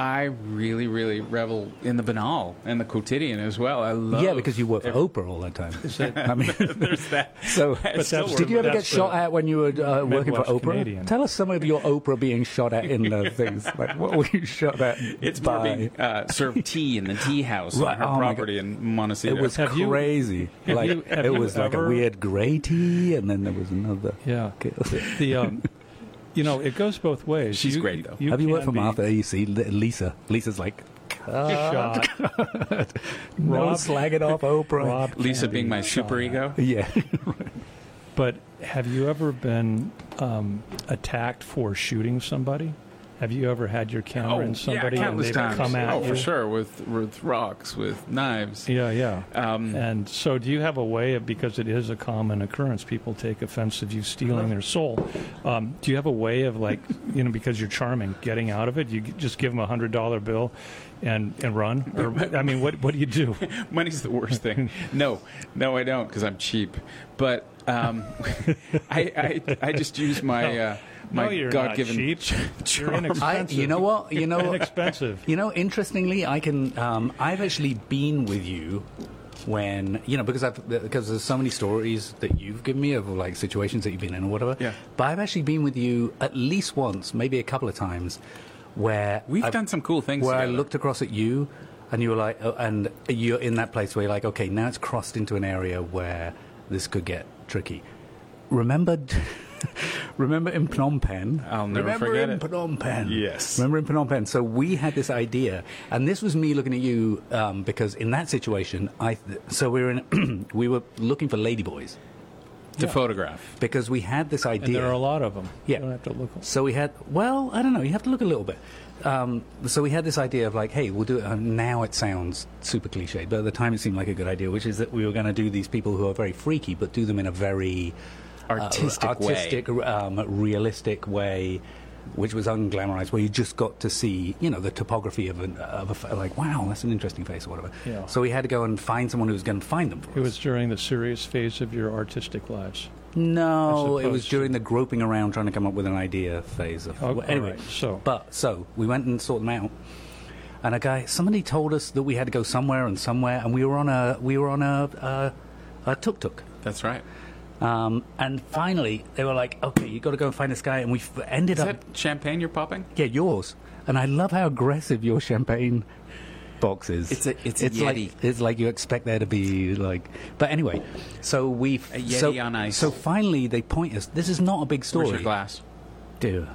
[SPEAKER 3] I really, really revel in the banal and the quotidian as well. I love.
[SPEAKER 4] Yeah, because you work for Oprah all that time. I mean,
[SPEAKER 3] there's that.
[SPEAKER 4] So, uh,
[SPEAKER 3] But still that's-
[SPEAKER 4] did you ever get
[SPEAKER 2] that's the
[SPEAKER 4] shot at when you were uh, working for
[SPEAKER 2] Midwest
[SPEAKER 4] Oprah?
[SPEAKER 2] Canadian.
[SPEAKER 4] Tell us some of your Oprah being shot at in the things. Like, what were you shot at?
[SPEAKER 3] It's more
[SPEAKER 4] by?
[SPEAKER 3] being uh, served tea in the tea house
[SPEAKER 4] Right,
[SPEAKER 3] on her
[SPEAKER 4] oh my
[SPEAKER 3] property in Montecito.
[SPEAKER 4] It was
[SPEAKER 2] Have you-
[SPEAKER 4] crazy.
[SPEAKER 2] have
[SPEAKER 4] like,
[SPEAKER 2] you- have
[SPEAKER 4] it
[SPEAKER 2] you
[SPEAKER 4] was like
[SPEAKER 2] ever-
[SPEAKER 4] a weird grey tea, and then there was another.
[SPEAKER 2] Yeah.
[SPEAKER 4] Okay.
[SPEAKER 2] The, um, you know, it goes both ways.
[SPEAKER 3] She's great, though.
[SPEAKER 4] Have you worked
[SPEAKER 2] can
[SPEAKER 4] for
[SPEAKER 2] be
[SPEAKER 4] Martha? You see, Li- Lisa. Lisa's like,
[SPEAKER 2] Shot.
[SPEAKER 4] no,
[SPEAKER 2] Rob-
[SPEAKER 4] slag it off, Oprah.
[SPEAKER 2] Rob
[SPEAKER 3] Lisa
[SPEAKER 2] Candy.
[SPEAKER 3] being my superego.
[SPEAKER 4] Yeah.
[SPEAKER 2] But have you ever been um, attacked for shooting somebody? Have you ever had your camera
[SPEAKER 3] Oh,
[SPEAKER 2] in somebody
[SPEAKER 3] yeah,
[SPEAKER 2] and
[SPEAKER 3] countless
[SPEAKER 2] they've
[SPEAKER 3] times.
[SPEAKER 2] come at
[SPEAKER 3] oh,
[SPEAKER 2] you?
[SPEAKER 3] for sure, with with rocks, with knives.
[SPEAKER 2] Yeah, yeah.
[SPEAKER 3] Um,
[SPEAKER 2] and so, do you have a way of because it is a common occurrence? People take offense of you stealing their soul. Um, do you have a way of like you know because you're charming, getting out of it? You just give them a hundred dollar bill and and run. Or, what- I mean, what what do you do?
[SPEAKER 3] Money's the worst thing. No, no, I don't because I'm cheap. But um, I, I I just use my uh, my
[SPEAKER 2] no, you're
[SPEAKER 3] God-given
[SPEAKER 2] not cheap.
[SPEAKER 3] ch-
[SPEAKER 2] You're
[SPEAKER 3] charm.
[SPEAKER 4] I,
[SPEAKER 2] inexpensive.
[SPEAKER 4] you know what? You know
[SPEAKER 2] inexpensive.
[SPEAKER 4] You know, interestingly, I can. Um, I've actually been with you when you know because I've because there's so many stories that you've given me of like situations that you've been in or whatever.
[SPEAKER 3] Yeah.
[SPEAKER 4] But I've actually been with you at least once, maybe a couple of times, where
[SPEAKER 3] We've
[SPEAKER 4] I've-
[SPEAKER 3] done some cool things.
[SPEAKER 4] Where I
[SPEAKER 3] together.
[SPEAKER 4] looked across at you, and you were like, oh, and you're in that place where you're like, okay, now it's crossed into an area where this could get tricky. Remember, remember in Phnom Penh.
[SPEAKER 3] I'll never
[SPEAKER 4] remember
[SPEAKER 3] forget
[SPEAKER 4] in
[SPEAKER 3] it.
[SPEAKER 4] Phnom Penh.
[SPEAKER 3] Yes.
[SPEAKER 4] Remember in Phnom Penh. So we had this idea, and this was me looking at you um, because in that situation, I. Th- so we were in, we were looking for ladyboys
[SPEAKER 3] to photograph.
[SPEAKER 4] because we had this idea.
[SPEAKER 2] And there are a lot of them.
[SPEAKER 4] Yeah.
[SPEAKER 2] You don't have to look.
[SPEAKER 4] So we had, well, I don't know, you have to look a little bit. Um, so we had this idea of like, hey, we'll do it. And now it sounds super cliche, but at the time it seemed like a good idea, which is that we were going to do these people who are very freaky, but do them in a very uh,
[SPEAKER 3] Artistic way.
[SPEAKER 4] artistic, um, realistic way. which was unglamorized, where you just got to see, you know, the topography of, an, of a fa- like, wow, that's an interesting face or whatever.
[SPEAKER 2] Yeah.
[SPEAKER 4] So we had to go and find someone who was going to find them for
[SPEAKER 2] It
[SPEAKER 4] us.
[SPEAKER 2] was during the serious phase of your artistic lives.
[SPEAKER 4] No,
[SPEAKER 2] As
[SPEAKER 4] it was
[SPEAKER 2] opposed
[SPEAKER 4] during the groping around trying to come up with an idea phase. Of,
[SPEAKER 2] Oh,
[SPEAKER 4] well, anyway,
[SPEAKER 2] alright, so-
[SPEAKER 4] but so we went and sought them out, and a guy, somebody told us that we had to go somewhere and somewhere, and we were on a we were on a a, a tuk tuk.
[SPEAKER 3] That's right.
[SPEAKER 4] Um, and finally, they were like, "Okay, you got to go and find this guy." And we f- ended
[SPEAKER 3] Is
[SPEAKER 4] up,
[SPEAKER 3] that champagne you're popping?
[SPEAKER 4] yeah, yours. And I love how aggressive your champagne box is.
[SPEAKER 5] It's a- it's a Yeti.
[SPEAKER 4] like it's like you expect there to be like. But anyway, so we f-
[SPEAKER 3] A Yeti
[SPEAKER 4] so,
[SPEAKER 3] on ice.
[SPEAKER 4] So finally, they point us. This is not a big story.
[SPEAKER 3] Where's your glass?
[SPEAKER 4] do.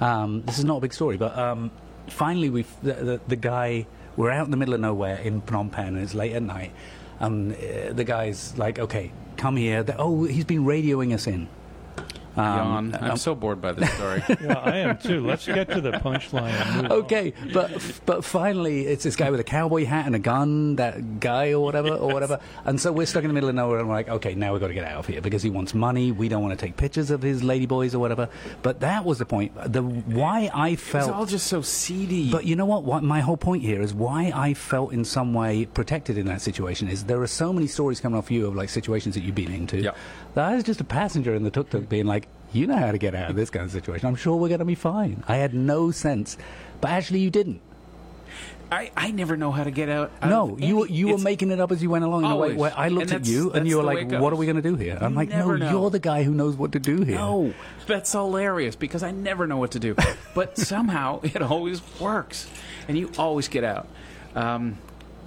[SPEAKER 4] Um, this is not a big story, but um, finally, we the, the, the guy we're out in the middle of nowhere in Phnom Penh, and it's late at night. And uh, the guy's like, "Okay, come here." The- oh, he's been radioing us in.
[SPEAKER 2] Um,
[SPEAKER 3] Yawn. I'm so bored by this story.
[SPEAKER 2] Yeah, I am too. Let's get to the punchline. and
[SPEAKER 3] Oh,
[SPEAKER 2] move on.
[SPEAKER 4] Okay, but but finally, it's this guy with a cowboy hat and a gun, that guy or whatever or whatever. And so we're stuck in the middle of nowhere, and we're like, okay, now we've got to get out of here because he wants money. We don't want to take pictures of his ladyboys or whatever. But that was the point. The why I
[SPEAKER 3] it's
[SPEAKER 4] felt
[SPEAKER 3] all just so seedy.
[SPEAKER 4] But you know what? what? My whole point here is why I felt in some way protected in that situation is there are so many stories coming off you of like situations that you've been into.
[SPEAKER 3] Yeah.
[SPEAKER 4] That I was just a passenger in the tuk tuk being like, you know how to get out of this kind of situation. I'm sure we're going to be fine. I had no sense. But actually, you didn't.
[SPEAKER 3] I, I never know how to get out. out
[SPEAKER 4] no,
[SPEAKER 3] of
[SPEAKER 4] you were,
[SPEAKER 3] any-
[SPEAKER 4] you were
[SPEAKER 3] Um, it's-
[SPEAKER 4] making it up as you went along in a
[SPEAKER 3] Always.
[SPEAKER 4] way where I
[SPEAKER 3] And
[SPEAKER 4] looked at
[SPEAKER 3] that's-
[SPEAKER 4] you and
[SPEAKER 3] that's
[SPEAKER 4] you were
[SPEAKER 3] the way
[SPEAKER 4] like,
[SPEAKER 3] it goes.
[SPEAKER 4] what are we going to do here? I'm
[SPEAKER 3] You
[SPEAKER 4] like, no,
[SPEAKER 3] never know.
[SPEAKER 4] you're the guy who knows what to do here.
[SPEAKER 3] No, that's hilarious because I never know what to do. But somehow it always works, and you always get out. Um,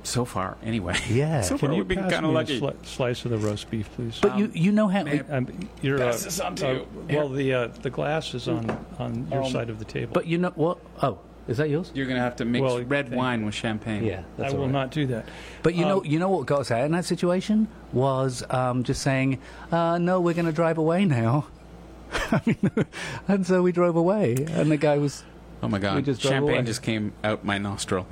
[SPEAKER 3] so far, anyway.
[SPEAKER 4] Yeah.
[SPEAKER 3] So
[SPEAKER 4] Can
[SPEAKER 3] far,
[SPEAKER 2] Can you
[SPEAKER 3] we've been
[SPEAKER 2] pass
[SPEAKER 3] kind of
[SPEAKER 2] me a
[SPEAKER 3] lucky.
[SPEAKER 2] sli- slice of the roast beef, please?
[SPEAKER 4] But you, you know how.
[SPEAKER 3] man,
[SPEAKER 2] Um, you're,
[SPEAKER 3] Pass this on to you. Um,
[SPEAKER 2] Well, the uh, the glass is on on your side of the table.
[SPEAKER 4] But you know what? Oh, is that yours?
[SPEAKER 3] You're going to have to mix
[SPEAKER 2] Well,
[SPEAKER 3] red
[SPEAKER 2] thank-
[SPEAKER 3] wine with champagne.
[SPEAKER 4] Yeah,
[SPEAKER 2] I
[SPEAKER 4] that's all
[SPEAKER 2] will
[SPEAKER 4] right.
[SPEAKER 2] not do that.
[SPEAKER 4] But you know, you know what got us out in that situation was um, just saying, uh, "No, we're going to drive away now." I mean, and so we drove away, and the guy was
[SPEAKER 3] Oh my
[SPEAKER 4] We
[SPEAKER 3] God!
[SPEAKER 4] just drove away.
[SPEAKER 3] champagne just came out my nostril.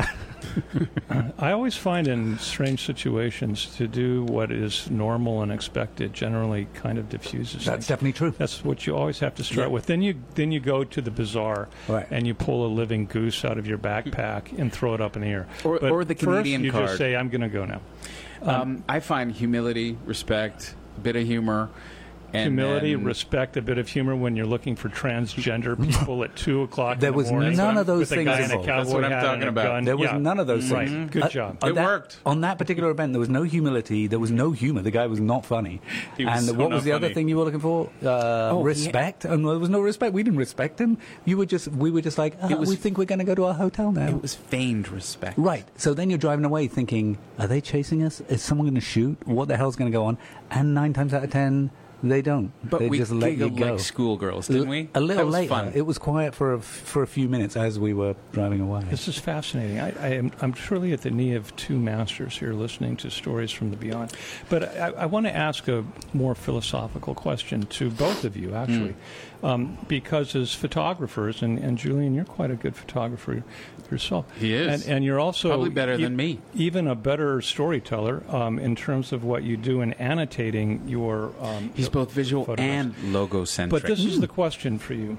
[SPEAKER 2] I always find in strange situations to do what is normal and expected generally kind of diffuses.
[SPEAKER 4] "That's
[SPEAKER 2] things.
[SPEAKER 4] definitely true."
[SPEAKER 2] That's what you always have to start with. Then you then you go to the bazaar
[SPEAKER 4] Right.
[SPEAKER 2] and you pull a living goose out of your backpack and throw it up in the air.
[SPEAKER 3] Or-
[SPEAKER 2] But
[SPEAKER 3] or the
[SPEAKER 2] first
[SPEAKER 3] Canadian
[SPEAKER 2] you
[SPEAKER 3] card.
[SPEAKER 2] just say, "I'm going to go now."
[SPEAKER 3] Um, I find humility, respect, a bit of humor, and
[SPEAKER 2] Humility,
[SPEAKER 3] then-
[SPEAKER 2] respect, a bit of humor when you're looking for transgender people at two o'clock. in
[SPEAKER 4] There
[SPEAKER 2] the
[SPEAKER 4] was
[SPEAKER 2] morning
[SPEAKER 4] none of those
[SPEAKER 2] with
[SPEAKER 4] things
[SPEAKER 2] a guy in a
[SPEAKER 4] involved.
[SPEAKER 2] cowboy
[SPEAKER 3] That's what I'm
[SPEAKER 2] hat and
[SPEAKER 3] talking
[SPEAKER 2] a
[SPEAKER 3] about.
[SPEAKER 2] gun.
[SPEAKER 4] There was
[SPEAKER 2] Yeah.
[SPEAKER 4] none of those
[SPEAKER 2] Right.
[SPEAKER 4] things.
[SPEAKER 2] Good
[SPEAKER 4] Uh,
[SPEAKER 2] job.
[SPEAKER 4] on
[SPEAKER 3] It
[SPEAKER 4] that-
[SPEAKER 3] worked.
[SPEAKER 4] on that particular event. There was no humility. There was no humor. The guy was not funny.
[SPEAKER 3] He was
[SPEAKER 4] and
[SPEAKER 3] so
[SPEAKER 4] what was
[SPEAKER 3] not
[SPEAKER 4] the other
[SPEAKER 3] funny.
[SPEAKER 4] thing you were looking for? Uh, respect. And there was no respect. We didn't respect him. You were just. We were just like. "Uh,
[SPEAKER 3] was-
[SPEAKER 4] we think we're going to go to our hotel now.
[SPEAKER 3] It was feigned respect.
[SPEAKER 4] Right. So then you're driving away thinking, are they chasing us? Is someone going to shoot? What the hell's going to go on? And nine times out of ten, they don't.
[SPEAKER 3] But
[SPEAKER 4] they
[SPEAKER 3] we
[SPEAKER 4] just let you
[SPEAKER 3] giggled
[SPEAKER 4] go.
[SPEAKER 3] like schoolgirls, didn't we?
[SPEAKER 4] A little
[SPEAKER 3] that was
[SPEAKER 4] later,
[SPEAKER 3] Fun.
[SPEAKER 4] it was quiet for a, for a few minutes as we were driving away.
[SPEAKER 2] This is fascinating. I, I am, I'm truly at the knee of two masters here listening to stories from the beyond. But I, I want to ask a more philosophical question to both of you, actually.
[SPEAKER 3] Hmm.
[SPEAKER 2] Um, because as photographers, and, and Julian, you're quite a good photographer yourself.
[SPEAKER 3] He is.
[SPEAKER 2] And, and you're also e-
[SPEAKER 3] Probably better than me.
[SPEAKER 2] Even a better storyteller um, in terms of what you do in annotating your. Um,
[SPEAKER 3] He's both visual
[SPEAKER 2] photographs.
[SPEAKER 3] and logo centric.
[SPEAKER 2] But this is the question for you.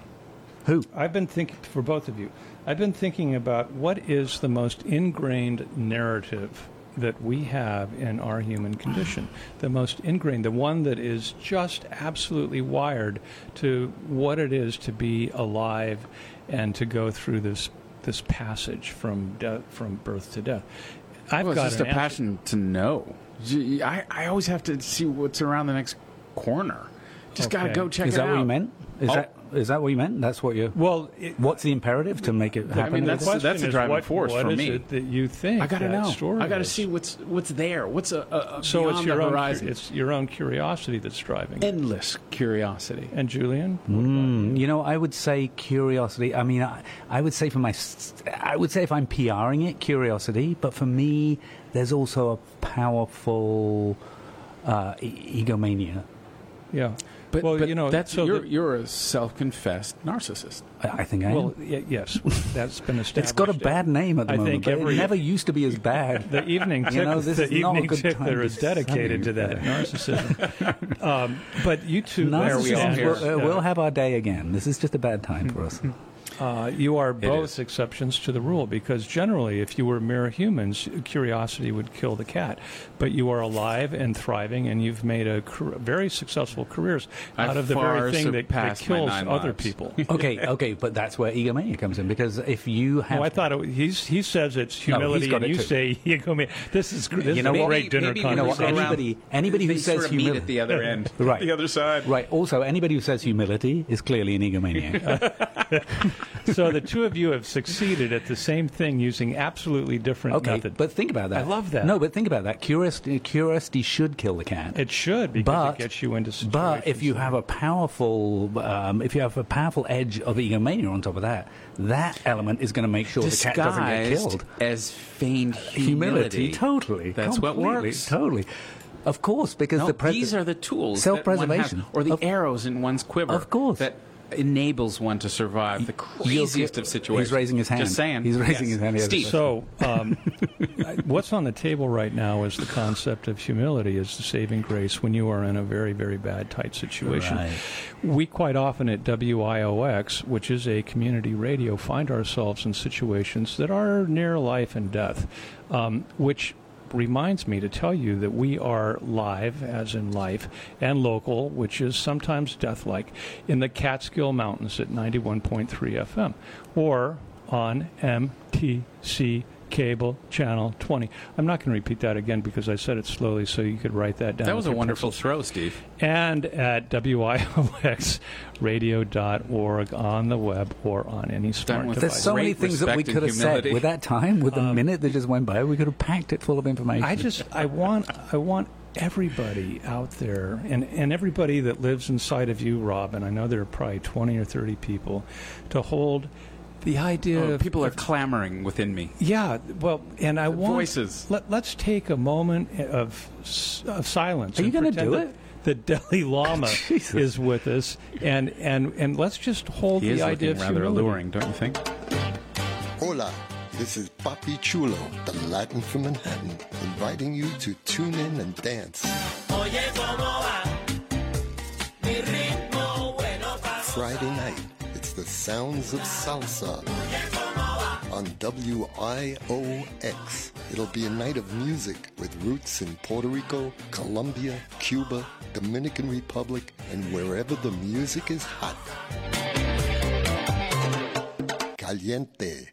[SPEAKER 4] Who?
[SPEAKER 2] I've been thinking for both of you. I've been thinking about what is the most ingrained narrative that we have in our human condition. The most ingrained, the one that is just absolutely wired to what it is to be alive and to go through this this passage from de- from birth to death. I've
[SPEAKER 3] Well, it's
[SPEAKER 2] got
[SPEAKER 3] just
[SPEAKER 2] an
[SPEAKER 3] a
[SPEAKER 2] answer.
[SPEAKER 3] passion to know. Gee, I, I always have to see what's around the next corner. Just gotta
[SPEAKER 2] Okay.
[SPEAKER 3] go check
[SPEAKER 4] is
[SPEAKER 3] it
[SPEAKER 4] that
[SPEAKER 3] out.
[SPEAKER 4] what you meant? Is
[SPEAKER 3] Oh.
[SPEAKER 4] that is that what you meant? That's what you.
[SPEAKER 2] Well, it,
[SPEAKER 4] What's the imperative to make it happen?
[SPEAKER 3] mean,
[SPEAKER 2] the
[SPEAKER 3] that's-
[SPEAKER 2] question
[SPEAKER 3] that's a
[SPEAKER 2] is
[SPEAKER 3] driving
[SPEAKER 2] what-
[SPEAKER 3] force
[SPEAKER 2] what
[SPEAKER 3] for
[SPEAKER 2] is
[SPEAKER 3] me.
[SPEAKER 2] it that you think
[SPEAKER 3] I gotta
[SPEAKER 2] that
[SPEAKER 3] know.
[SPEAKER 2] story
[SPEAKER 3] I gotta
[SPEAKER 2] is?
[SPEAKER 3] see what's what's there. What's a, a, a
[SPEAKER 2] So
[SPEAKER 3] beyond
[SPEAKER 2] it's your
[SPEAKER 3] the
[SPEAKER 2] own.
[SPEAKER 3] horizon.
[SPEAKER 2] It's your own curiosity that's driving. it.
[SPEAKER 3] endless curiosity.
[SPEAKER 2] And Julian,
[SPEAKER 4] Mm, you know, I would say curiosity. I mean, I, I would say for my, s- I would say if I'm PRing it, curiosity. But for me, there's also a powerful uh, e- egomania.
[SPEAKER 2] yeah.
[SPEAKER 3] But,
[SPEAKER 2] well,
[SPEAKER 3] but
[SPEAKER 2] you know,
[SPEAKER 3] that's
[SPEAKER 2] so
[SPEAKER 3] you're,
[SPEAKER 2] the-
[SPEAKER 3] you're a self-confessed narcissist.
[SPEAKER 4] I, I think I
[SPEAKER 2] well,
[SPEAKER 4] am.
[SPEAKER 2] y- yes, that's been established.
[SPEAKER 4] It's got a bad name at the
[SPEAKER 2] I
[SPEAKER 4] moment.
[SPEAKER 2] think
[SPEAKER 4] but
[SPEAKER 2] every-
[SPEAKER 4] it never used to be as bad.
[SPEAKER 2] The evening tick,
[SPEAKER 4] You know, this
[SPEAKER 2] the
[SPEAKER 4] is not a
[SPEAKER 2] evening
[SPEAKER 4] good time
[SPEAKER 2] tickler
[SPEAKER 4] to
[SPEAKER 2] is dedicated to that narcissism. um, but you two,
[SPEAKER 4] Narcissists
[SPEAKER 3] we all
[SPEAKER 2] stand-
[SPEAKER 3] here.
[SPEAKER 4] will, uh, we'll have our day again. This is just a bad time for us.
[SPEAKER 2] Uh, you are
[SPEAKER 5] is.
[SPEAKER 2] both exceptions to the rule because generally, if you were mere humans, curiosity would kill the cat. But you are alive and thriving, and you've made a car- very successful careers
[SPEAKER 3] I
[SPEAKER 2] out of the
[SPEAKER 3] far
[SPEAKER 2] very thing that, that
[SPEAKER 3] surpassed my
[SPEAKER 2] kills
[SPEAKER 3] nine
[SPEAKER 2] other
[SPEAKER 3] lives.
[SPEAKER 2] people.
[SPEAKER 4] okay, okay, but that's where egomania comes in because if you have
[SPEAKER 2] Oh, I thought it, was- he's, he says it's humility,
[SPEAKER 4] got
[SPEAKER 2] and
[SPEAKER 4] it
[SPEAKER 2] you
[SPEAKER 4] too.
[SPEAKER 2] say egomania. This is gr- this
[SPEAKER 4] You know
[SPEAKER 2] is a
[SPEAKER 4] what?
[SPEAKER 2] great dinner
[SPEAKER 5] Maybe- maybe
[SPEAKER 4] you know what,
[SPEAKER 5] Go around.
[SPEAKER 4] anybody anybody who
[SPEAKER 5] They
[SPEAKER 4] says
[SPEAKER 5] sort of meet
[SPEAKER 4] humility
[SPEAKER 5] at the other end,
[SPEAKER 4] Right.
[SPEAKER 5] The other side.
[SPEAKER 4] Right. Also, anybody who says humility is clearly an egomaniac.
[SPEAKER 2] so the two of you have succeeded at the same thing using absolutely different
[SPEAKER 4] okay,
[SPEAKER 2] methods.
[SPEAKER 4] but think about that.
[SPEAKER 2] I love that.
[SPEAKER 4] No, but think about that. Curiosity, curiosity should kill the cat.
[SPEAKER 2] it should because
[SPEAKER 4] but
[SPEAKER 2] it gets you into situations.
[SPEAKER 4] but if you have a powerful um, if you have a powerful edge of egomania on top of that, that element is going to make sure the cat doesn't get killed.
[SPEAKER 5] as feigned humility.
[SPEAKER 4] Humility, totally.
[SPEAKER 5] That's what
[SPEAKER 4] completely,
[SPEAKER 5] works.
[SPEAKER 4] Totally. Of course, because
[SPEAKER 5] No,
[SPEAKER 4] the pres-
[SPEAKER 5] these are the tools. that one
[SPEAKER 4] self-preservation
[SPEAKER 5] has, or the
[SPEAKER 4] Of-
[SPEAKER 5] arrows in one's quiver.
[SPEAKER 4] Of course.
[SPEAKER 5] that enables one to survive the
[SPEAKER 4] You'll
[SPEAKER 5] craziest
[SPEAKER 4] get-
[SPEAKER 5] of situations.
[SPEAKER 4] He's raising his hand.
[SPEAKER 5] Just saying.
[SPEAKER 4] He's raising
[SPEAKER 5] Yes.
[SPEAKER 4] his hand. Yes.
[SPEAKER 5] Steve.
[SPEAKER 2] So, um, what's on the table right now is the concept of humility as the saving grace when you are in a very, very bad, tight situation.
[SPEAKER 4] Right.
[SPEAKER 2] We quite often at WIOX, which is a community radio, find ourselves in situations that are near life and death, um, which reminds me to tell you that we are live, as in life, and local, which is sometimes death like, in the Catskill Mountains at 91.3 FM or on MTC cable channel 20. I'm not going to repeat that again because I said it slowly so you could write that down.
[SPEAKER 3] That was
[SPEAKER 2] with
[SPEAKER 3] a
[SPEAKER 2] your
[SPEAKER 3] wonderful throw, Steve.
[SPEAKER 4] Uh,
[SPEAKER 2] and at wioxradio.org on the web or on any smart
[SPEAKER 5] with
[SPEAKER 4] There's
[SPEAKER 2] device.
[SPEAKER 4] so many
[SPEAKER 5] Great
[SPEAKER 4] things that
[SPEAKER 5] respect
[SPEAKER 4] we
[SPEAKER 5] and
[SPEAKER 4] could have
[SPEAKER 5] humility.
[SPEAKER 4] said with that time, with the minute that just went by, we could have packed it full of information.
[SPEAKER 2] Um, I just I want I want everybody out there and, and everybody that lives inside of you, Rob, and I know there are probably twenty or thirty people, to hold the idea
[SPEAKER 5] Oh,
[SPEAKER 2] of
[SPEAKER 5] people are clamoring within me.
[SPEAKER 2] Yeah, well, and I want
[SPEAKER 5] voices.
[SPEAKER 2] Let, let's take a moment of, s- of silence.
[SPEAKER 4] Are you
[SPEAKER 2] and
[SPEAKER 4] gonna
[SPEAKER 2] pretend
[SPEAKER 4] do
[SPEAKER 2] that
[SPEAKER 4] it?
[SPEAKER 2] The Dalai Lama
[SPEAKER 4] Jesus.
[SPEAKER 2] is with us, and and and let's just hold
[SPEAKER 5] He
[SPEAKER 2] the
[SPEAKER 5] is
[SPEAKER 2] idea
[SPEAKER 5] looking
[SPEAKER 2] of
[SPEAKER 5] rather
[SPEAKER 2] humility.
[SPEAKER 5] alluring, don't you think?
[SPEAKER 6] Hola, this is Papi Chulo, the Latin from Manhattan, inviting you to tune in and dance. Friday night, it's the sounds of salsa on WIOX. It'll be a night of music with roots in Puerto Rico, Colombia, Cuba, Dominican Republic, and wherever the music is hot. Caliente.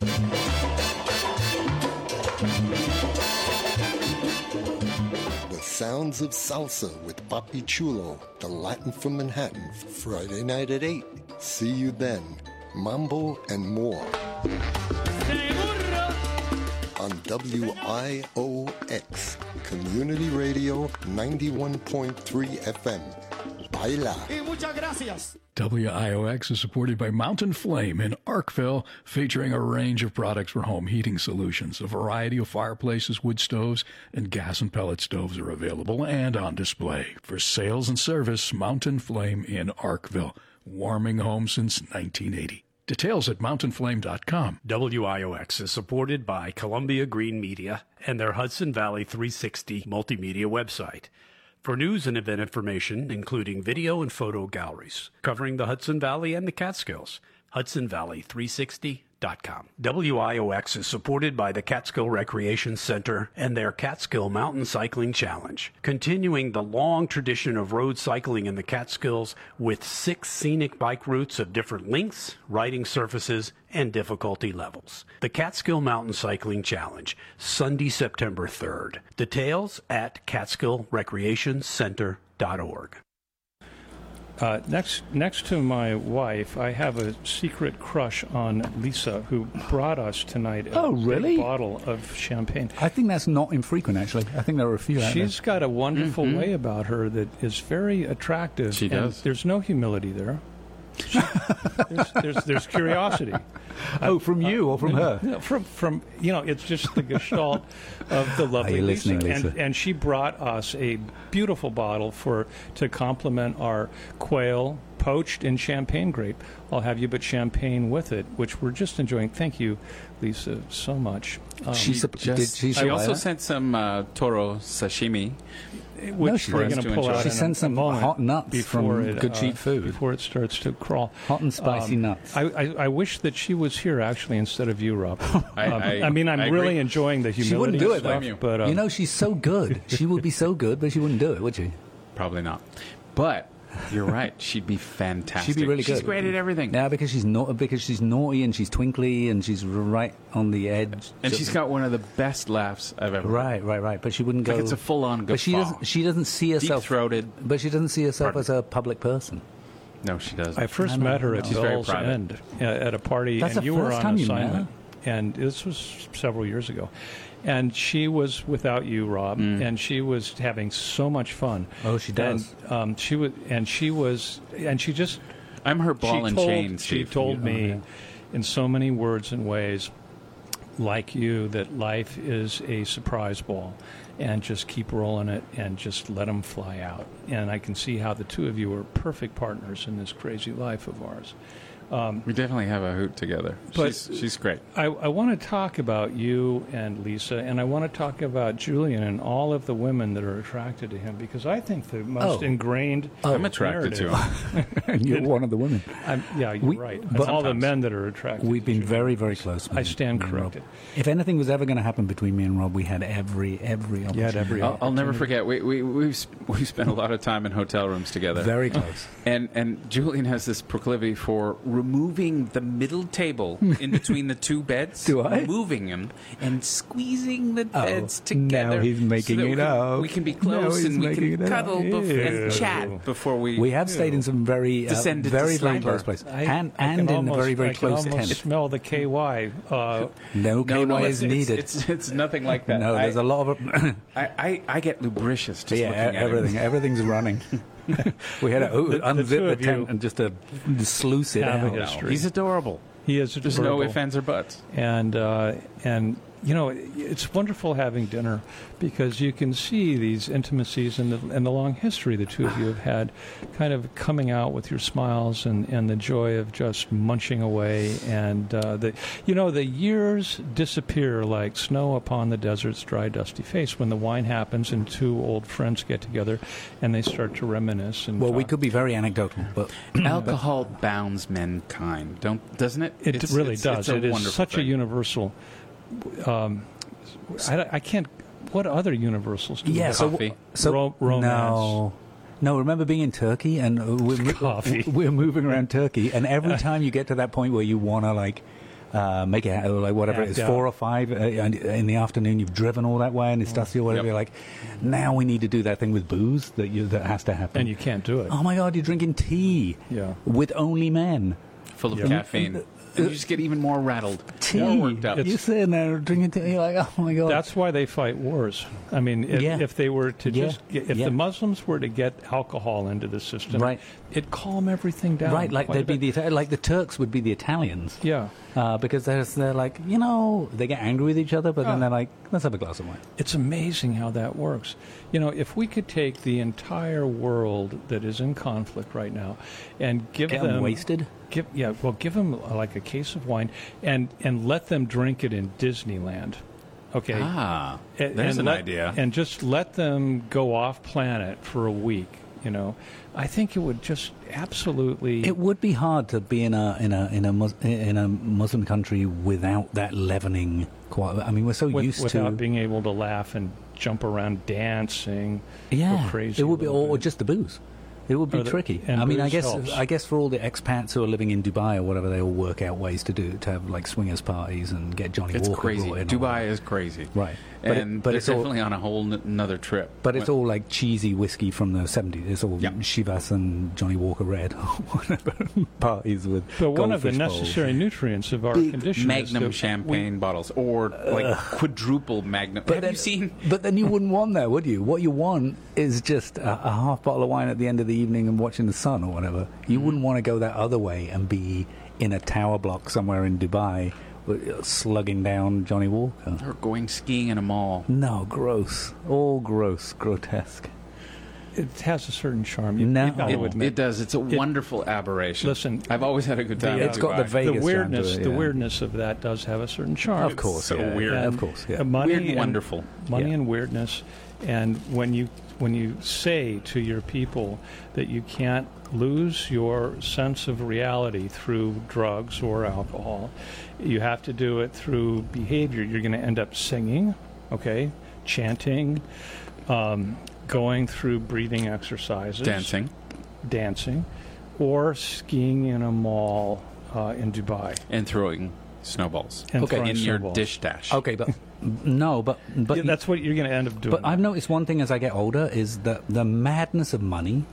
[SPEAKER 6] The Sounds of Salsa with Papi Chulo, the Latin from Manhattan, Friday night at 8. See you then. Mambo and more. On WIOX, Community Radio 91.3 FM. Baila.
[SPEAKER 7] WIOX is supported by Mountain Flame in Arkville, featuring a range of products for home heating solutions. A variety of fireplaces, wood stoves, and gas and pellet stoves are available and on display. For sales and service, Mountain Flame in Arkville, warming home since 1980. Details at mountainflame.com.
[SPEAKER 8] WIOX is supported by Columbia Green Media and their Hudson Valley 360 multimedia website for news and event information, including video and photo galleries covering the Hudson Valley and the Catskills. HudsonValley360.com. WIOX is supported by the Catskill Recreation Center and their Catskill Mountain Cycling Challenge, continuing the long tradition of road cycling in the Catskills with six scenic bike routes of different lengths, riding surfaces, and difficulty levels. The Catskill Mountain Cycling Challenge, Sunday, September 3rd. Details at catskillrecreationcenter.org.
[SPEAKER 2] Uh, next, next to my wife, I have a secret crush on Lisa, who brought us tonight. A
[SPEAKER 4] Oh,
[SPEAKER 2] big
[SPEAKER 4] really?
[SPEAKER 2] bottle of champagne. uh,
[SPEAKER 4] I think that's not infrequent, actually. I think there are a few out
[SPEAKER 2] She's got a wonderful
[SPEAKER 4] Mm-hmm.
[SPEAKER 2] way about her that is very attractive.
[SPEAKER 3] She
[SPEAKER 2] and
[SPEAKER 3] does.
[SPEAKER 2] There's no humility there. there's, there's, there's curiosity.
[SPEAKER 4] there. Oh, from you or from her?
[SPEAKER 2] No, from from you know, it's just the gestalt of the lovely
[SPEAKER 4] you listening, Lisa?
[SPEAKER 2] And, and she brought us a beautiful bottle for to complement our quail poached in champagne grape. I'll have you, but champagne with it, which we're just enjoying. Thank you, Lisa, so much. Um,
[SPEAKER 4] she sup- did
[SPEAKER 3] Just-
[SPEAKER 4] she
[SPEAKER 3] she
[SPEAKER 4] supply
[SPEAKER 3] also
[SPEAKER 4] that?
[SPEAKER 3] sent some uh, toro sashimi
[SPEAKER 2] which
[SPEAKER 4] she
[SPEAKER 2] we're
[SPEAKER 4] does
[SPEAKER 2] going
[SPEAKER 3] to
[SPEAKER 2] to pull
[SPEAKER 3] enjoy
[SPEAKER 2] out.
[SPEAKER 3] it. She
[SPEAKER 2] in a
[SPEAKER 4] sends them
[SPEAKER 2] moment
[SPEAKER 4] hot nuts
[SPEAKER 2] before
[SPEAKER 4] from
[SPEAKER 2] it,
[SPEAKER 4] good
[SPEAKER 2] uh,
[SPEAKER 4] cheap food.
[SPEAKER 2] before it starts to crawl. Um,
[SPEAKER 4] Hot and spicy nuts.
[SPEAKER 2] I, I, I wish that she was here actually instead of you, Rob.
[SPEAKER 3] I-
[SPEAKER 2] Um,
[SPEAKER 3] I-
[SPEAKER 2] I mean, I'm
[SPEAKER 3] I agree.
[SPEAKER 2] really enjoying the humility.
[SPEAKER 4] She wouldn't do
[SPEAKER 2] and
[SPEAKER 4] it,
[SPEAKER 2] stuff,
[SPEAKER 4] though.
[SPEAKER 2] But um,
[SPEAKER 4] you know, she's so good. She would be so good, but she wouldn't do it, would she?
[SPEAKER 3] Probably not. But you're right. She'd be fantastic.
[SPEAKER 4] She'd be really good.
[SPEAKER 3] She's great at everything.
[SPEAKER 4] Now, because she's not, because she's naughty and she's twinkly and she's right on the edge.
[SPEAKER 3] And she's got one of the best laughs I've ever.
[SPEAKER 4] Right, right, right. But she wouldn't go.
[SPEAKER 3] Like it's a full-on
[SPEAKER 4] But she
[SPEAKER 3] guffaw.
[SPEAKER 4] doesn't. She doesn't see herself
[SPEAKER 3] Deep-throated.
[SPEAKER 4] But she doesn't see herself
[SPEAKER 3] Pardon.
[SPEAKER 4] as a public person.
[SPEAKER 3] No, she doesn't.
[SPEAKER 2] I first
[SPEAKER 4] No, no,
[SPEAKER 2] met her at
[SPEAKER 4] no.
[SPEAKER 3] She's very
[SPEAKER 2] Bell's
[SPEAKER 3] private.
[SPEAKER 2] End uh, at a party,
[SPEAKER 4] That's
[SPEAKER 2] and
[SPEAKER 4] the
[SPEAKER 2] you were
[SPEAKER 4] first
[SPEAKER 2] on
[SPEAKER 4] time you met
[SPEAKER 2] assignment. and this was several years ago, and she was without you, Rob, and she was having so much fun.
[SPEAKER 4] Oh, she does.
[SPEAKER 2] And, um, she was, and she was, and she just
[SPEAKER 3] I'm her ball
[SPEAKER 2] she
[SPEAKER 3] and
[SPEAKER 2] told,
[SPEAKER 3] chain. Oh,
[SPEAKER 2] She
[SPEAKER 3] Steve.
[SPEAKER 2] told me in so many words and ways, like you, that life is a surprise ball and just keep rolling it and just let them fly out. And I can see how the two of you are perfect partners in this crazy life of ours.
[SPEAKER 3] we definitely have a hoot together.
[SPEAKER 2] But-
[SPEAKER 3] she's, she's great.
[SPEAKER 2] I, I want to talk about you and Lisa, and I want to talk about Julian and all of the women that are attracted to him because I think the most
[SPEAKER 4] Oh.
[SPEAKER 2] ingrained.
[SPEAKER 3] I'm attracted to
[SPEAKER 2] narrative-
[SPEAKER 3] him.
[SPEAKER 4] and you're one of the women.
[SPEAKER 2] I'm, yeah, you're
[SPEAKER 4] We-
[SPEAKER 2] right.
[SPEAKER 4] but-
[SPEAKER 2] all the men that are attracted.
[SPEAKER 4] We've
[SPEAKER 2] to
[SPEAKER 4] been
[SPEAKER 2] Julian.
[SPEAKER 4] very, Mm-hmm. very close.
[SPEAKER 2] I stand
[SPEAKER 4] me and Rob.
[SPEAKER 2] corrected.
[SPEAKER 4] If anything was ever going to happen between me and Rob, we had every, every opportunity.
[SPEAKER 2] had every
[SPEAKER 3] I'll, I'll never forget. We we we've s- we've spent a lot of time in hotel rooms together.
[SPEAKER 4] Very close.
[SPEAKER 3] And and Julian has this proclivity for removing the middle table in between the two beds.
[SPEAKER 4] Do I?
[SPEAKER 3] Removing them and squeezing the
[SPEAKER 4] Oh,
[SPEAKER 3] beds
[SPEAKER 4] now
[SPEAKER 3] together.
[SPEAKER 4] he's
[SPEAKER 3] so
[SPEAKER 4] making
[SPEAKER 3] that
[SPEAKER 4] it
[SPEAKER 3] we can,
[SPEAKER 4] up.
[SPEAKER 3] We can be
[SPEAKER 4] Now
[SPEAKER 3] close
[SPEAKER 4] he's
[SPEAKER 3] and we
[SPEAKER 4] making it
[SPEAKER 3] can
[SPEAKER 4] up.
[SPEAKER 3] cuddle bef-
[SPEAKER 2] Ew.
[SPEAKER 3] and chat before we.
[SPEAKER 4] We have stayed in some very, uh,
[SPEAKER 3] Descended to
[SPEAKER 4] very, very
[SPEAKER 3] slumber.
[SPEAKER 4] close places,
[SPEAKER 2] I-
[SPEAKER 4] and
[SPEAKER 2] I can
[SPEAKER 4] and in
[SPEAKER 2] almost-
[SPEAKER 4] a very, very
[SPEAKER 2] I can
[SPEAKER 4] close
[SPEAKER 2] almost
[SPEAKER 4] tent.
[SPEAKER 2] smell the KY. Uh,
[SPEAKER 4] No
[SPEAKER 3] No,
[SPEAKER 4] KY
[SPEAKER 3] no, it's,
[SPEAKER 4] is needed.
[SPEAKER 3] It's, it's, it's nothing like that.
[SPEAKER 4] no, there's
[SPEAKER 3] I,
[SPEAKER 4] a lot of
[SPEAKER 3] I, I, I get lubricious just
[SPEAKER 4] yeah,
[SPEAKER 3] looking at him.
[SPEAKER 4] everything. Everything's running. we had to o-
[SPEAKER 2] The- the
[SPEAKER 4] unzip
[SPEAKER 2] two
[SPEAKER 4] the
[SPEAKER 2] of
[SPEAKER 4] tent
[SPEAKER 2] you
[SPEAKER 4] and just to sluice it
[SPEAKER 2] have a
[SPEAKER 4] out.
[SPEAKER 3] No,
[SPEAKER 2] history.
[SPEAKER 3] he's adorable.
[SPEAKER 2] he is
[SPEAKER 3] There's
[SPEAKER 2] adorable.
[SPEAKER 3] no ifs, ands, or buts.
[SPEAKER 2] and uh, and you know it's wonderful having dinner because you can see these intimacies and the and the long history the two of you have had, kind of coming out with your smiles and, and the joy of just munching away and uh, the you know the years disappear like snow upon the desert's dry dusty face when the wine happens and two old friends get together and they start to reminisce and
[SPEAKER 4] Well, we
[SPEAKER 2] talk.
[SPEAKER 4] could be very anecdotal, but
[SPEAKER 3] Alcohol bounds mankind, don't doesn't it?
[SPEAKER 2] It
[SPEAKER 3] It's-
[SPEAKER 2] really
[SPEAKER 3] it's-
[SPEAKER 2] does.
[SPEAKER 3] it's a
[SPEAKER 2] it is
[SPEAKER 3] wonderful
[SPEAKER 2] such a
[SPEAKER 3] thing.
[SPEAKER 2] universal. Um, I, I can't. What other universals do we
[SPEAKER 4] yeah.
[SPEAKER 2] have?
[SPEAKER 4] So,
[SPEAKER 3] Coffee.
[SPEAKER 4] so
[SPEAKER 2] Ro- romance.
[SPEAKER 4] no, no. Remember being in Turkey and uh, we're, mo-
[SPEAKER 2] Coffee. Uh.
[SPEAKER 4] we're moving around Turkey, and every time you get to that point where you want to like. Uh, make it or like whatever it
[SPEAKER 2] Act
[SPEAKER 4] is,
[SPEAKER 2] out. Mm.
[SPEAKER 4] four or five uh, and in the afternoon. You've driven all that way, and it's dusty or whatever.
[SPEAKER 3] Yep.
[SPEAKER 4] You're like, now we need to do that thing with booze that you, that has to happen.
[SPEAKER 2] and you can't do it.
[SPEAKER 4] oh my god, you're drinking tea
[SPEAKER 2] Yeah.
[SPEAKER 4] with only men.
[SPEAKER 3] full of caffeine, and you just get even more rattled,
[SPEAKER 4] uh, tea.
[SPEAKER 3] more worked up.
[SPEAKER 4] You're sitting there drinking tea. You're like, oh my god.
[SPEAKER 2] That's why they fight wars. I mean, if,
[SPEAKER 4] Yeah.
[SPEAKER 2] if they were to
[SPEAKER 4] Yeah.
[SPEAKER 2] just, get, if
[SPEAKER 4] Yeah.
[SPEAKER 2] the Muslims were to get alcohol into the system,
[SPEAKER 4] Right.
[SPEAKER 2] it'd calm everything down.
[SPEAKER 4] right. Like
[SPEAKER 2] quite a
[SPEAKER 4] they'd be
[SPEAKER 2] bit.
[SPEAKER 4] the Ita- like the Turks would be the Italians.
[SPEAKER 2] yeah.
[SPEAKER 4] Uh, because they're, they're like, you know, they get angry with each other, but
[SPEAKER 2] Oh.
[SPEAKER 4] then they're like, let's have a glass of wine.
[SPEAKER 2] It's amazing how that works. You know, if we could take the entire world that is in conflict right now and give
[SPEAKER 4] Get 'em
[SPEAKER 2] them
[SPEAKER 4] wasted?
[SPEAKER 2] Give, yeah, well, give them uh, like a case of wine and and let them drink it in Disneyland. Okay.
[SPEAKER 3] ah,
[SPEAKER 2] A-
[SPEAKER 3] there's an
[SPEAKER 2] let-
[SPEAKER 3] idea.
[SPEAKER 2] And just let them go off planet for a week. You know, I think it would just absolutely.
[SPEAKER 4] It would be hard to be in a in a in a Mus- in a Muslim country without that leavening. Quite. I mean, we're so
[SPEAKER 2] with-
[SPEAKER 4] used
[SPEAKER 2] without
[SPEAKER 4] to
[SPEAKER 2] being able to laugh and jump around, dancing, go
[SPEAKER 4] yeah,
[SPEAKER 2] crazy.
[SPEAKER 4] It
[SPEAKER 2] a
[SPEAKER 4] would be,
[SPEAKER 2] little
[SPEAKER 4] or, or
[SPEAKER 2] bit.
[SPEAKER 4] just the booze. It would be
[SPEAKER 2] Or the-
[SPEAKER 4] tricky.
[SPEAKER 2] and
[SPEAKER 4] I mean, I
[SPEAKER 2] booze
[SPEAKER 4] guess
[SPEAKER 2] helps.
[SPEAKER 4] I guess for all the expats who are living in Dubai or whatever, they all work out ways to do to have like swingers parties and get Johnny
[SPEAKER 3] it's
[SPEAKER 4] Walker
[SPEAKER 3] crazy.
[SPEAKER 4] brought in or whatever.
[SPEAKER 3] Dubai is crazy,
[SPEAKER 4] Right. But it-
[SPEAKER 3] And
[SPEAKER 4] but
[SPEAKER 3] they're
[SPEAKER 4] it's all-
[SPEAKER 3] definitely on a whole n- another trip.
[SPEAKER 4] But it's
[SPEAKER 3] When-
[SPEAKER 4] all like cheesy whiskey from the 70s. It's all
[SPEAKER 3] Yeah.
[SPEAKER 4] Shivas and Johnny Walker Red or whatever parties with.
[SPEAKER 2] But one of the
[SPEAKER 4] goldfish bowls.
[SPEAKER 2] necessary nutrients of our condition
[SPEAKER 3] Magnum
[SPEAKER 2] is that
[SPEAKER 3] champagne bottles, or like quadruple Magnum.
[SPEAKER 4] But
[SPEAKER 3] Have
[SPEAKER 4] then-
[SPEAKER 3] you seen?
[SPEAKER 4] But then you wouldn't want that, would you? What you want is just a, a half bottle of wine at the end of the evening and watching the sun or whatever.
[SPEAKER 3] Mm-hmm.
[SPEAKER 4] You wouldn't want to go that other way and be in a tower block somewhere in Dubai uh, slugging down Johnny Walker.
[SPEAKER 3] Or going skiing in a mall.
[SPEAKER 4] No, gross. All gross, grotesque.
[SPEAKER 2] it has a certain charm. You,
[SPEAKER 4] No.
[SPEAKER 2] you gotta
[SPEAKER 4] It-
[SPEAKER 2] admit.
[SPEAKER 5] It does. It's a wonderful aberration.
[SPEAKER 2] Listen,
[SPEAKER 5] I've always had a good time.
[SPEAKER 2] the,
[SPEAKER 5] with
[SPEAKER 2] uh,
[SPEAKER 4] It's got the
[SPEAKER 5] Dubai.
[SPEAKER 4] Vegas
[SPEAKER 2] the weirdness,
[SPEAKER 4] charm to it,
[SPEAKER 2] the
[SPEAKER 4] yeah.
[SPEAKER 2] weirdness of that does have a certain charm.
[SPEAKER 4] Of course,
[SPEAKER 5] So
[SPEAKER 4] yeah,
[SPEAKER 5] weird.
[SPEAKER 4] yeah,
[SPEAKER 2] And
[SPEAKER 4] of course, yeah.
[SPEAKER 2] uh, Money
[SPEAKER 5] Weird and
[SPEAKER 2] and-
[SPEAKER 5] wonderful.
[SPEAKER 2] Money
[SPEAKER 4] Yeah.
[SPEAKER 2] and weirdness, and when you when you say to your people that you can't lose your sense of reality through drugs or alcohol, you have to do it through behavior. You're going to end up singing, okay, chanting, um, going through breathing exercises,
[SPEAKER 5] dancing
[SPEAKER 2] dancing, or skiing in a mall uh, in Dubai.
[SPEAKER 5] and throwing snowballs
[SPEAKER 2] And
[SPEAKER 4] Okay.
[SPEAKER 2] throwing
[SPEAKER 5] in your
[SPEAKER 2] snowballs.
[SPEAKER 5] dish dash.
[SPEAKER 4] Okay, but no, but but
[SPEAKER 2] Yeah, that's what you're going to end up doing.
[SPEAKER 4] But I've noticed one thing as I get older is that the madness of money,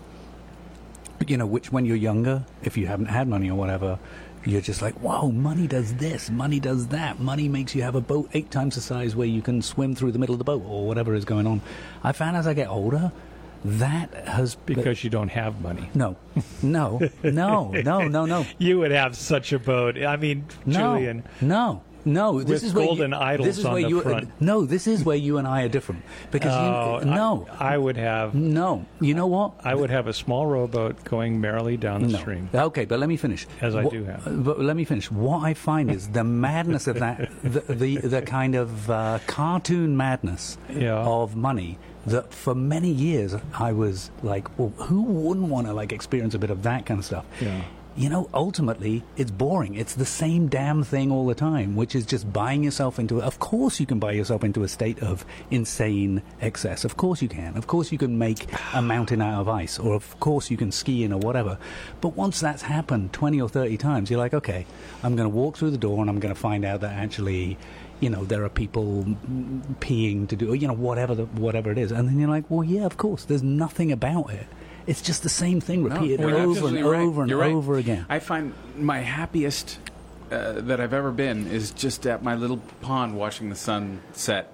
[SPEAKER 4] you know, which when you're younger, if you haven't had money or whatever, you're just like, whoa, money does this, money does that, money makes you have a boat eight times the size where you can swim through the middle of the boat or whatever is going on. I found as I get older, that has
[SPEAKER 2] because you don't have money.
[SPEAKER 4] no, no, no, no, no, no.
[SPEAKER 2] You would have such a boat. I mean,
[SPEAKER 4] No,
[SPEAKER 2] Julian.
[SPEAKER 4] No, no. This
[SPEAKER 2] With
[SPEAKER 4] is where
[SPEAKER 2] golden
[SPEAKER 4] you,
[SPEAKER 2] idols
[SPEAKER 4] this is
[SPEAKER 2] on
[SPEAKER 4] where
[SPEAKER 2] the
[SPEAKER 4] you,
[SPEAKER 2] front.
[SPEAKER 4] No, this is where you and I are different because
[SPEAKER 2] Oh,
[SPEAKER 4] you, no,
[SPEAKER 2] I, I would have.
[SPEAKER 4] no. You know what?
[SPEAKER 2] I would have a small rowboat going merrily down the
[SPEAKER 4] No.
[SPEAKER 2] stream.
[SPEAKER 4] Okay, but let me finish.
[SPEAKER 2] As I
[SPEAKER 4] Wha-
[SPEAKER 2] do have.
[SPEAKER 4] uh, But let me finish. What I find is the madness of that, the the, the kind of uh, cartoon madness
[SPEAKER 2] Yeah.
[SPEAKER 4] of money. That for many years I was like, well, who wouldn't want to like experience a bit of that kind of stuff?
[SPEAKER 2] Yeah.
[SPEAKER 4] You know, ultimately, it's boring. It's the same damn thing all the time, which is just buying yourself into. Of course, you can buy yourself into a state of insane excess. Of course, you can. Of course, you can make a mountain out of ice, or of course, you can ski in or whatever. But once that's happened 20 or 30 times, you're like, okay, I'm going to walk through the door and I'm going to find out that actually. You know there are people mm, peeing to do, or, you know, whatever the, whatever it is, and then you're like, well, yeah, of course. There's nothing about it. It's just the same thing
[SPEAKER 5] No,
[SPEAKER 4] repeated
[SPEAKER 5] you're
[SPEAKER 4] over and
[SPEAKER 5] absolutely right.
[SPEAKER 4] over and
[SPEAKER 5] You're right.
[SPEAKER 4] over again.
[SPEAKER 5] I find my happiest uh, that I've ever been is just at my little pond watching the sun set.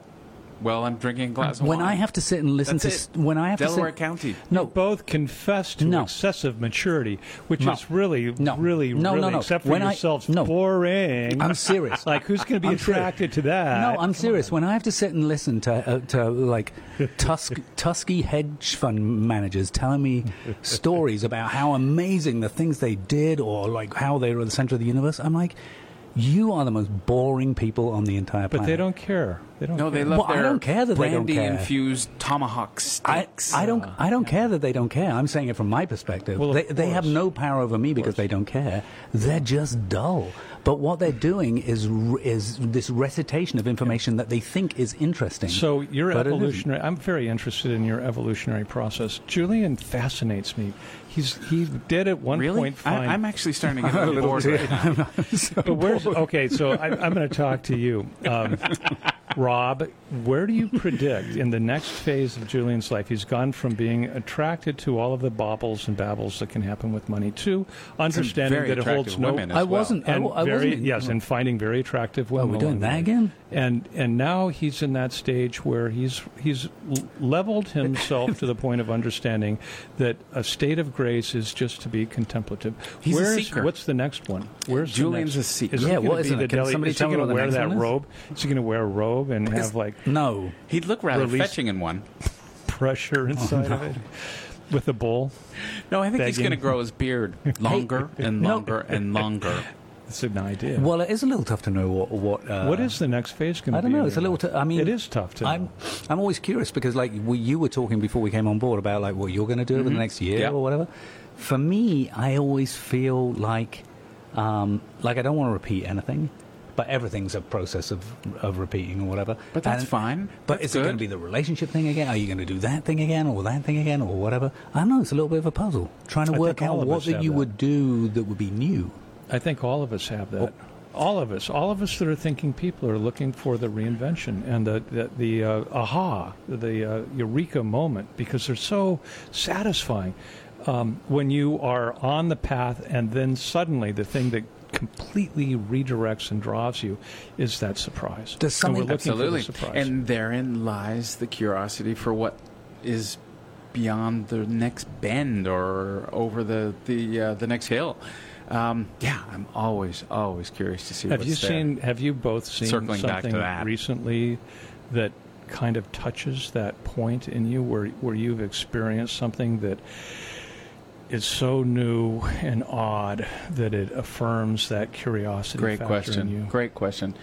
[SPEAKER 5] Well, I'm drinking a glass of
[SPEAKER 4] when
[SPEAKER 5] wine.
[SPEAKER 4] I have to sit and listen
[SPEAKER 5] That's
[SPEAKER 4] to
[SPEAKER 5] it.
[SPEAKER 4] s- when I have
[SPEAKER 5] Delaware
[SPEAKER 4] to sit,
[SPEAKER 5] County.
[SPEAKER 4] No,
[SPEAKER 2] Both confess to
[SPEAKER 4] No.
[SPEAKER 2] excessive maturity, which
[SPEAKER 4] No.
[SPEAKER 2] is really,
[SPEAKER 4] No.
[SPEAKER 2] really,
[SPEAKER 4] No, no,
[SPEAKER 2] really,
[SPEAKER 4] no.
[SPEAKER 2] except for
[SPEAKER 4] When I-
[SPEAKER 2] yourselves,
[SPEAKER 4] no.
[SPEAKER 2] boring.
[SPEAKER 4] I'm serious.
[SPEAKER 2] like, who's going to be
[SPEAKER 4] I'm serious.
[SPEAKER 2] attracted to that?
[SPEAKER 4] No, I'm serious. When I have to sit and listen to uh, to like Tusk, Tusky hedge fund managers telling me stories about how amazing the things they did or like how they were the center of the universe, I'm like, you are the most boring people on the entire planet.
[SPEAKER 2] But they don't care. They don't.
[SPEAKER 5] No, they
[SPEAKER 2] care.
[SPEAKER 5] love
[SPEAKER 4] Well, I
[SPEAKER 5] their
[SPEAKER 4] don't care that they don't
[SPEAKER 5] brandy
[SPEAKER 4] care.
[SPEAKER 5] infused tomahawk
[SPEAKER 4] I,
[SPEAKER 5] steaks.
[SPEAKER 4] I don't I don't care that they don't care. I'm saying it from my perspective.
[SPEAKER 2] Well, of
[SPEAKER 4] they, they have
[SPEAKER 2] course.
[SPEAKER 4] no power over me because they don't care. They're just dull. But what they're doing is r- is this recitation of information that they think is interesting.
[SPEAKER 2] So your
[SPEAKER 4] but it isn't.
[SPEAKER 2] evolutionary. I'm very interested in your evolutionary process. Julian fascinates me. He's he did at one
[SPEAKER 5] really.
[SPEAKER 2] point find.
[SPEAKER 5] I, I'm actually starting to get a little bored.
[SPEAKER 4] too.
[SPEAKER 5] right now.
[SPEAKER 2] but where's okay? So I, I'm going to talk to you, um, Rob. Where do you predict in the next phase of Julian's life? He's gone from being attracted to all of the bobbles and babbles that can happen with money to understanding
[SPEAKER 5] very
[SPEAKER 2] that it holds
[SPEAKER 5] attractive
[SPEAKER 2] no.
[SPEAKER 5] women as
[SPEAKER 4] I
[SPEAKER 5] well.
[SPEAKER 4] wasn't. I,
[SPEAKER 2] And
[SPEAKER 4] wa- I
[SPEAKER 2] very,
[SPEAKER 4] wasn't.
[SPEAKER 2] yes, and finding very attractive women.
[SPEAKER 4] we're doing
[SPEAKER 2] along the
[SPEAKER 4] that
[SPEAKER 2] way.
[SPEAKER 4] again?
[SPEAKER 2] And and now he's in that stage where he's he's l- leveled himself to the point of understanding that a state of grace is just to be contemplative.
[SPEAKER 5] He's a
[SPEAKER 2] Where's
[SPEAKER 5] seeker.
[SPEAKER 2] what's the next one? Where's the
[SPEAKER 5] Julian's
[SPEAKER 2] next-
[SPEAKER 5] a seeker.
[SPEAKER 2] Is
[SPEAKER 4] Yeah,
[SPEAKER 2] he
[SPEAKER 4] what
[SPEAKER 2] gonna
[SPEAKER 4] is
[SPEAKER 2] be
[SPEAKER 4] it?
[SPEAKER 2] the
[SPEAKER 4] Can
[SPEAKER 2] deli-
[SPEAKER 4] somebody
[SPEAKER 2] is he
[SPEAKER 4] tell me
[SPEAKER 2] gonna
[SPEAKER 4] what the
[SPEAKER 2] wear
[SPEAKER 4] next
[SPEAKER 2] that
[SPEAKER 4] one is?
[SPEAKER 2] robe? Is he going to wear a robe and have like
[SPEAKER 4] No.
[SPEAKER 5] He'd look rather
[SPEAKER 2] Release-
[SPEAKER 5] fetching in one.
[SPEAKER 2] pressure
[SPEAKER 4] Oh,
[SPEAKER 2] inside of it with a bowl?
[SPEAKER 5] No, I think he's
[SPEAKER 2] Begging.
[SPEAKER 5] going to grow his beard longer and longer and longer.
[SPEAKER 2] It's an idea.
[SPEAKER 4] Well, it is a little tough to know what what. Uh,
[SPEAKER 2] what is the next phase going to be?
[SPEAKER 4] I don't
[SPEAKER 2] in
[SPEAKER 4] know. It's a
[SPEAKER 2] your
[SPEAKER 4] little.
[SPEAKER 2] life?
[SPEAKER 4] T- I mean,
[SPEAKER 2] it is tough to.
[SPEAKER 4] I'm,
[SPEAKER 2] know.
[SPEAKER 4] I'm always curious because, like, we, you were talking before we came on board about like what you're going to do over
[SPEAKER 2] Mm-hmm.
[SPEAKER 4] the next year
[SPEAKER 5] Yeah.
[SPEAKER 4] or whatever. For me, I always feel like, um, like I don't want to repeat anything, but everything's a process of of repeating or whatever.
[SPEAKER 5] But that's
[SPEAKER 4] And-
[SPEAKER 5] fine.
[SPEAKER 4] But
[SPEAKER 5] That's
[SPEAKER 4] is it going
[SPEAKER 5] good.
[SPEAKER 4] to be the relationship thing again? Are you going to do that thing again or that thing again or whatever? I don't know. It's a little bit of a puzzle trying to
[SPEAKER 2] I
[SPEAKER 4] work
[SPEAKER 2] think
[SPEAKER 4] out
[SPEAKER 2] all of
[SPEAKER 4] what
[SPEAKER 2] us
[SPEAKER 4] that
[SPEAKER 2] have
[SPEAKER 4] you
[SPEAKER 2] that.
[SPEAKER 4] would do that would be new.
[SPEAKER 2] I think all of us have that. All of us, all of us that are thinking people are looking for the reinvention and the the, the uh, aha, the uh, eureka moment because they're so satisfying. Um, when you are on the path and then suddenly the thing that completely redirects and drives you is that surprise.
[SPEAKER 4] There's
[SPEAKER 2] And we're
[SPEAKER 4] something-
[SPEAKER 2] looking
[SPEAKER 5] Absolutely.
[SPEAKER 2] for the surprise.
[SPEAKER 5] And therein lies the curiosity for what is beyond the next bend or over the the uh, the next hill. Um, yeah, I'm always always curious to see.
[SPEAKER 2] have
[SPEAKER 5] what's
[SPEAKER 2] you
[SPEAKER 5] there.
[SPEAKER 2] seen? Have you both seen
[SPEAKER 5] Circling back to
[SPEAKER 2] something
[SPEAKER 5] that.
[SPEAKER 2] recently that kind of touches that point in you where, where you've experienced something that is so new and odd that it affirms that curiosity
[SPEAKER 5] Great
[SPEAKER 2] factor in
[SPEAKER 5] question.
[SPEAKER 2] you?
[SPEAKER 5] Great question.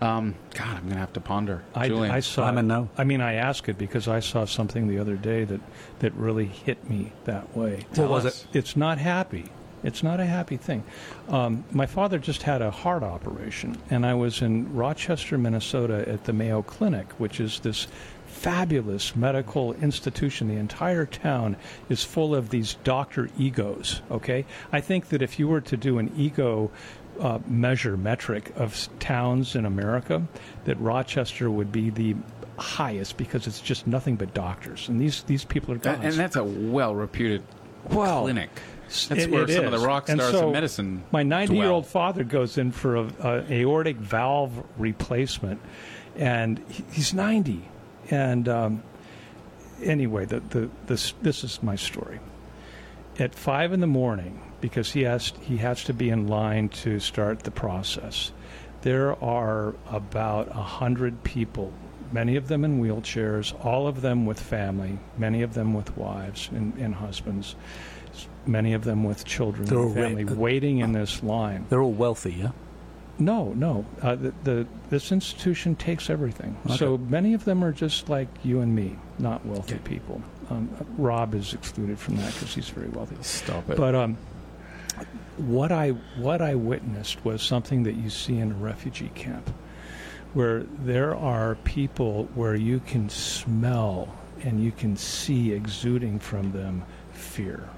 [SPEAKER 5] Um, God, I'm gonna have to ponder.
[SPEAKER 2] I,
[SPEAKER 5] Julian.
[SPEAKER 2] I saw.
[SPEAKER 4] I'm a no.
[SPEAKER 2] I mean, I ask it because I saw something the other day that that really hit me that way.
[SPEAKER 4] What was
[SPEAKER 5] us.
[SPEAKER 4] it?
[SPEAKER 2] It's not happy. It's not a happy thing. Um, my father just had a heart operation, and I was in Rochester, Minnesota, at the Mayo Clinic, which is this fabulous medical institution. The entire town is full of these doctor egos. Okay, I think that if you were to do an ego uh, measure metric of s- towns in America, that Rochester would be the highest because it's just nothing but doctors, and these these people are
[SPEAKER 5] That-
[SPEAKER 2] gods.
[SPEAKER 5] and that's a well-reputed
[SPEAKER 2] Well,
[SPEAKER 5] clinic. That's
[SPEAKER 2] It-
[SPEAKER 5] where
[SPEAKER 2] it
[SPEAKER 5] some of
[SPEAKER 2] is.
[SPEAKER 5] the rock
[SPEAKER 2] And
[SPEAKER 5] stars
[SPEAKER 2] so
[SPEAKER 5] of medicine.
[SPEAKER 2] My 90 year old
[SPEAKER 5] dwell.
[SPEAKER 2] father goes in for a, a aortic valve replacement, and he- he's 90. And um, anyway, the, the, this, this is my story. At five in the morning, because he has he has to be in line to start the process. There are about a hundred people, many of them in wheelchairs, all of them with family, many of them with wives and, and husbands, s- many of them with children
[SPEAKER 4] They're
[SPEAKER 2] and
[SPEAKER 4] all
[SPEAKER 2] family,
[SPEAKER 4] ra-
[SPEAKER 2] waiting in this line.
[SPEAKER 4] They're all wealthy, yeah?
[SPEAKER 2] No, no. Uh, the, the this institution takes everything.
[SPEAKER 4] Okay.
[SPEAKER 2] So many of them are just like you and me, not wealthy people. Um, Rob is excluded from that because he's very wealthy.
[SPEAKER 5] Stop it.
[SPEAKER 2] But um, what I what I witnessed was something that you see in a refugee camp, where there are people where you can smell and you can see exuding from them fear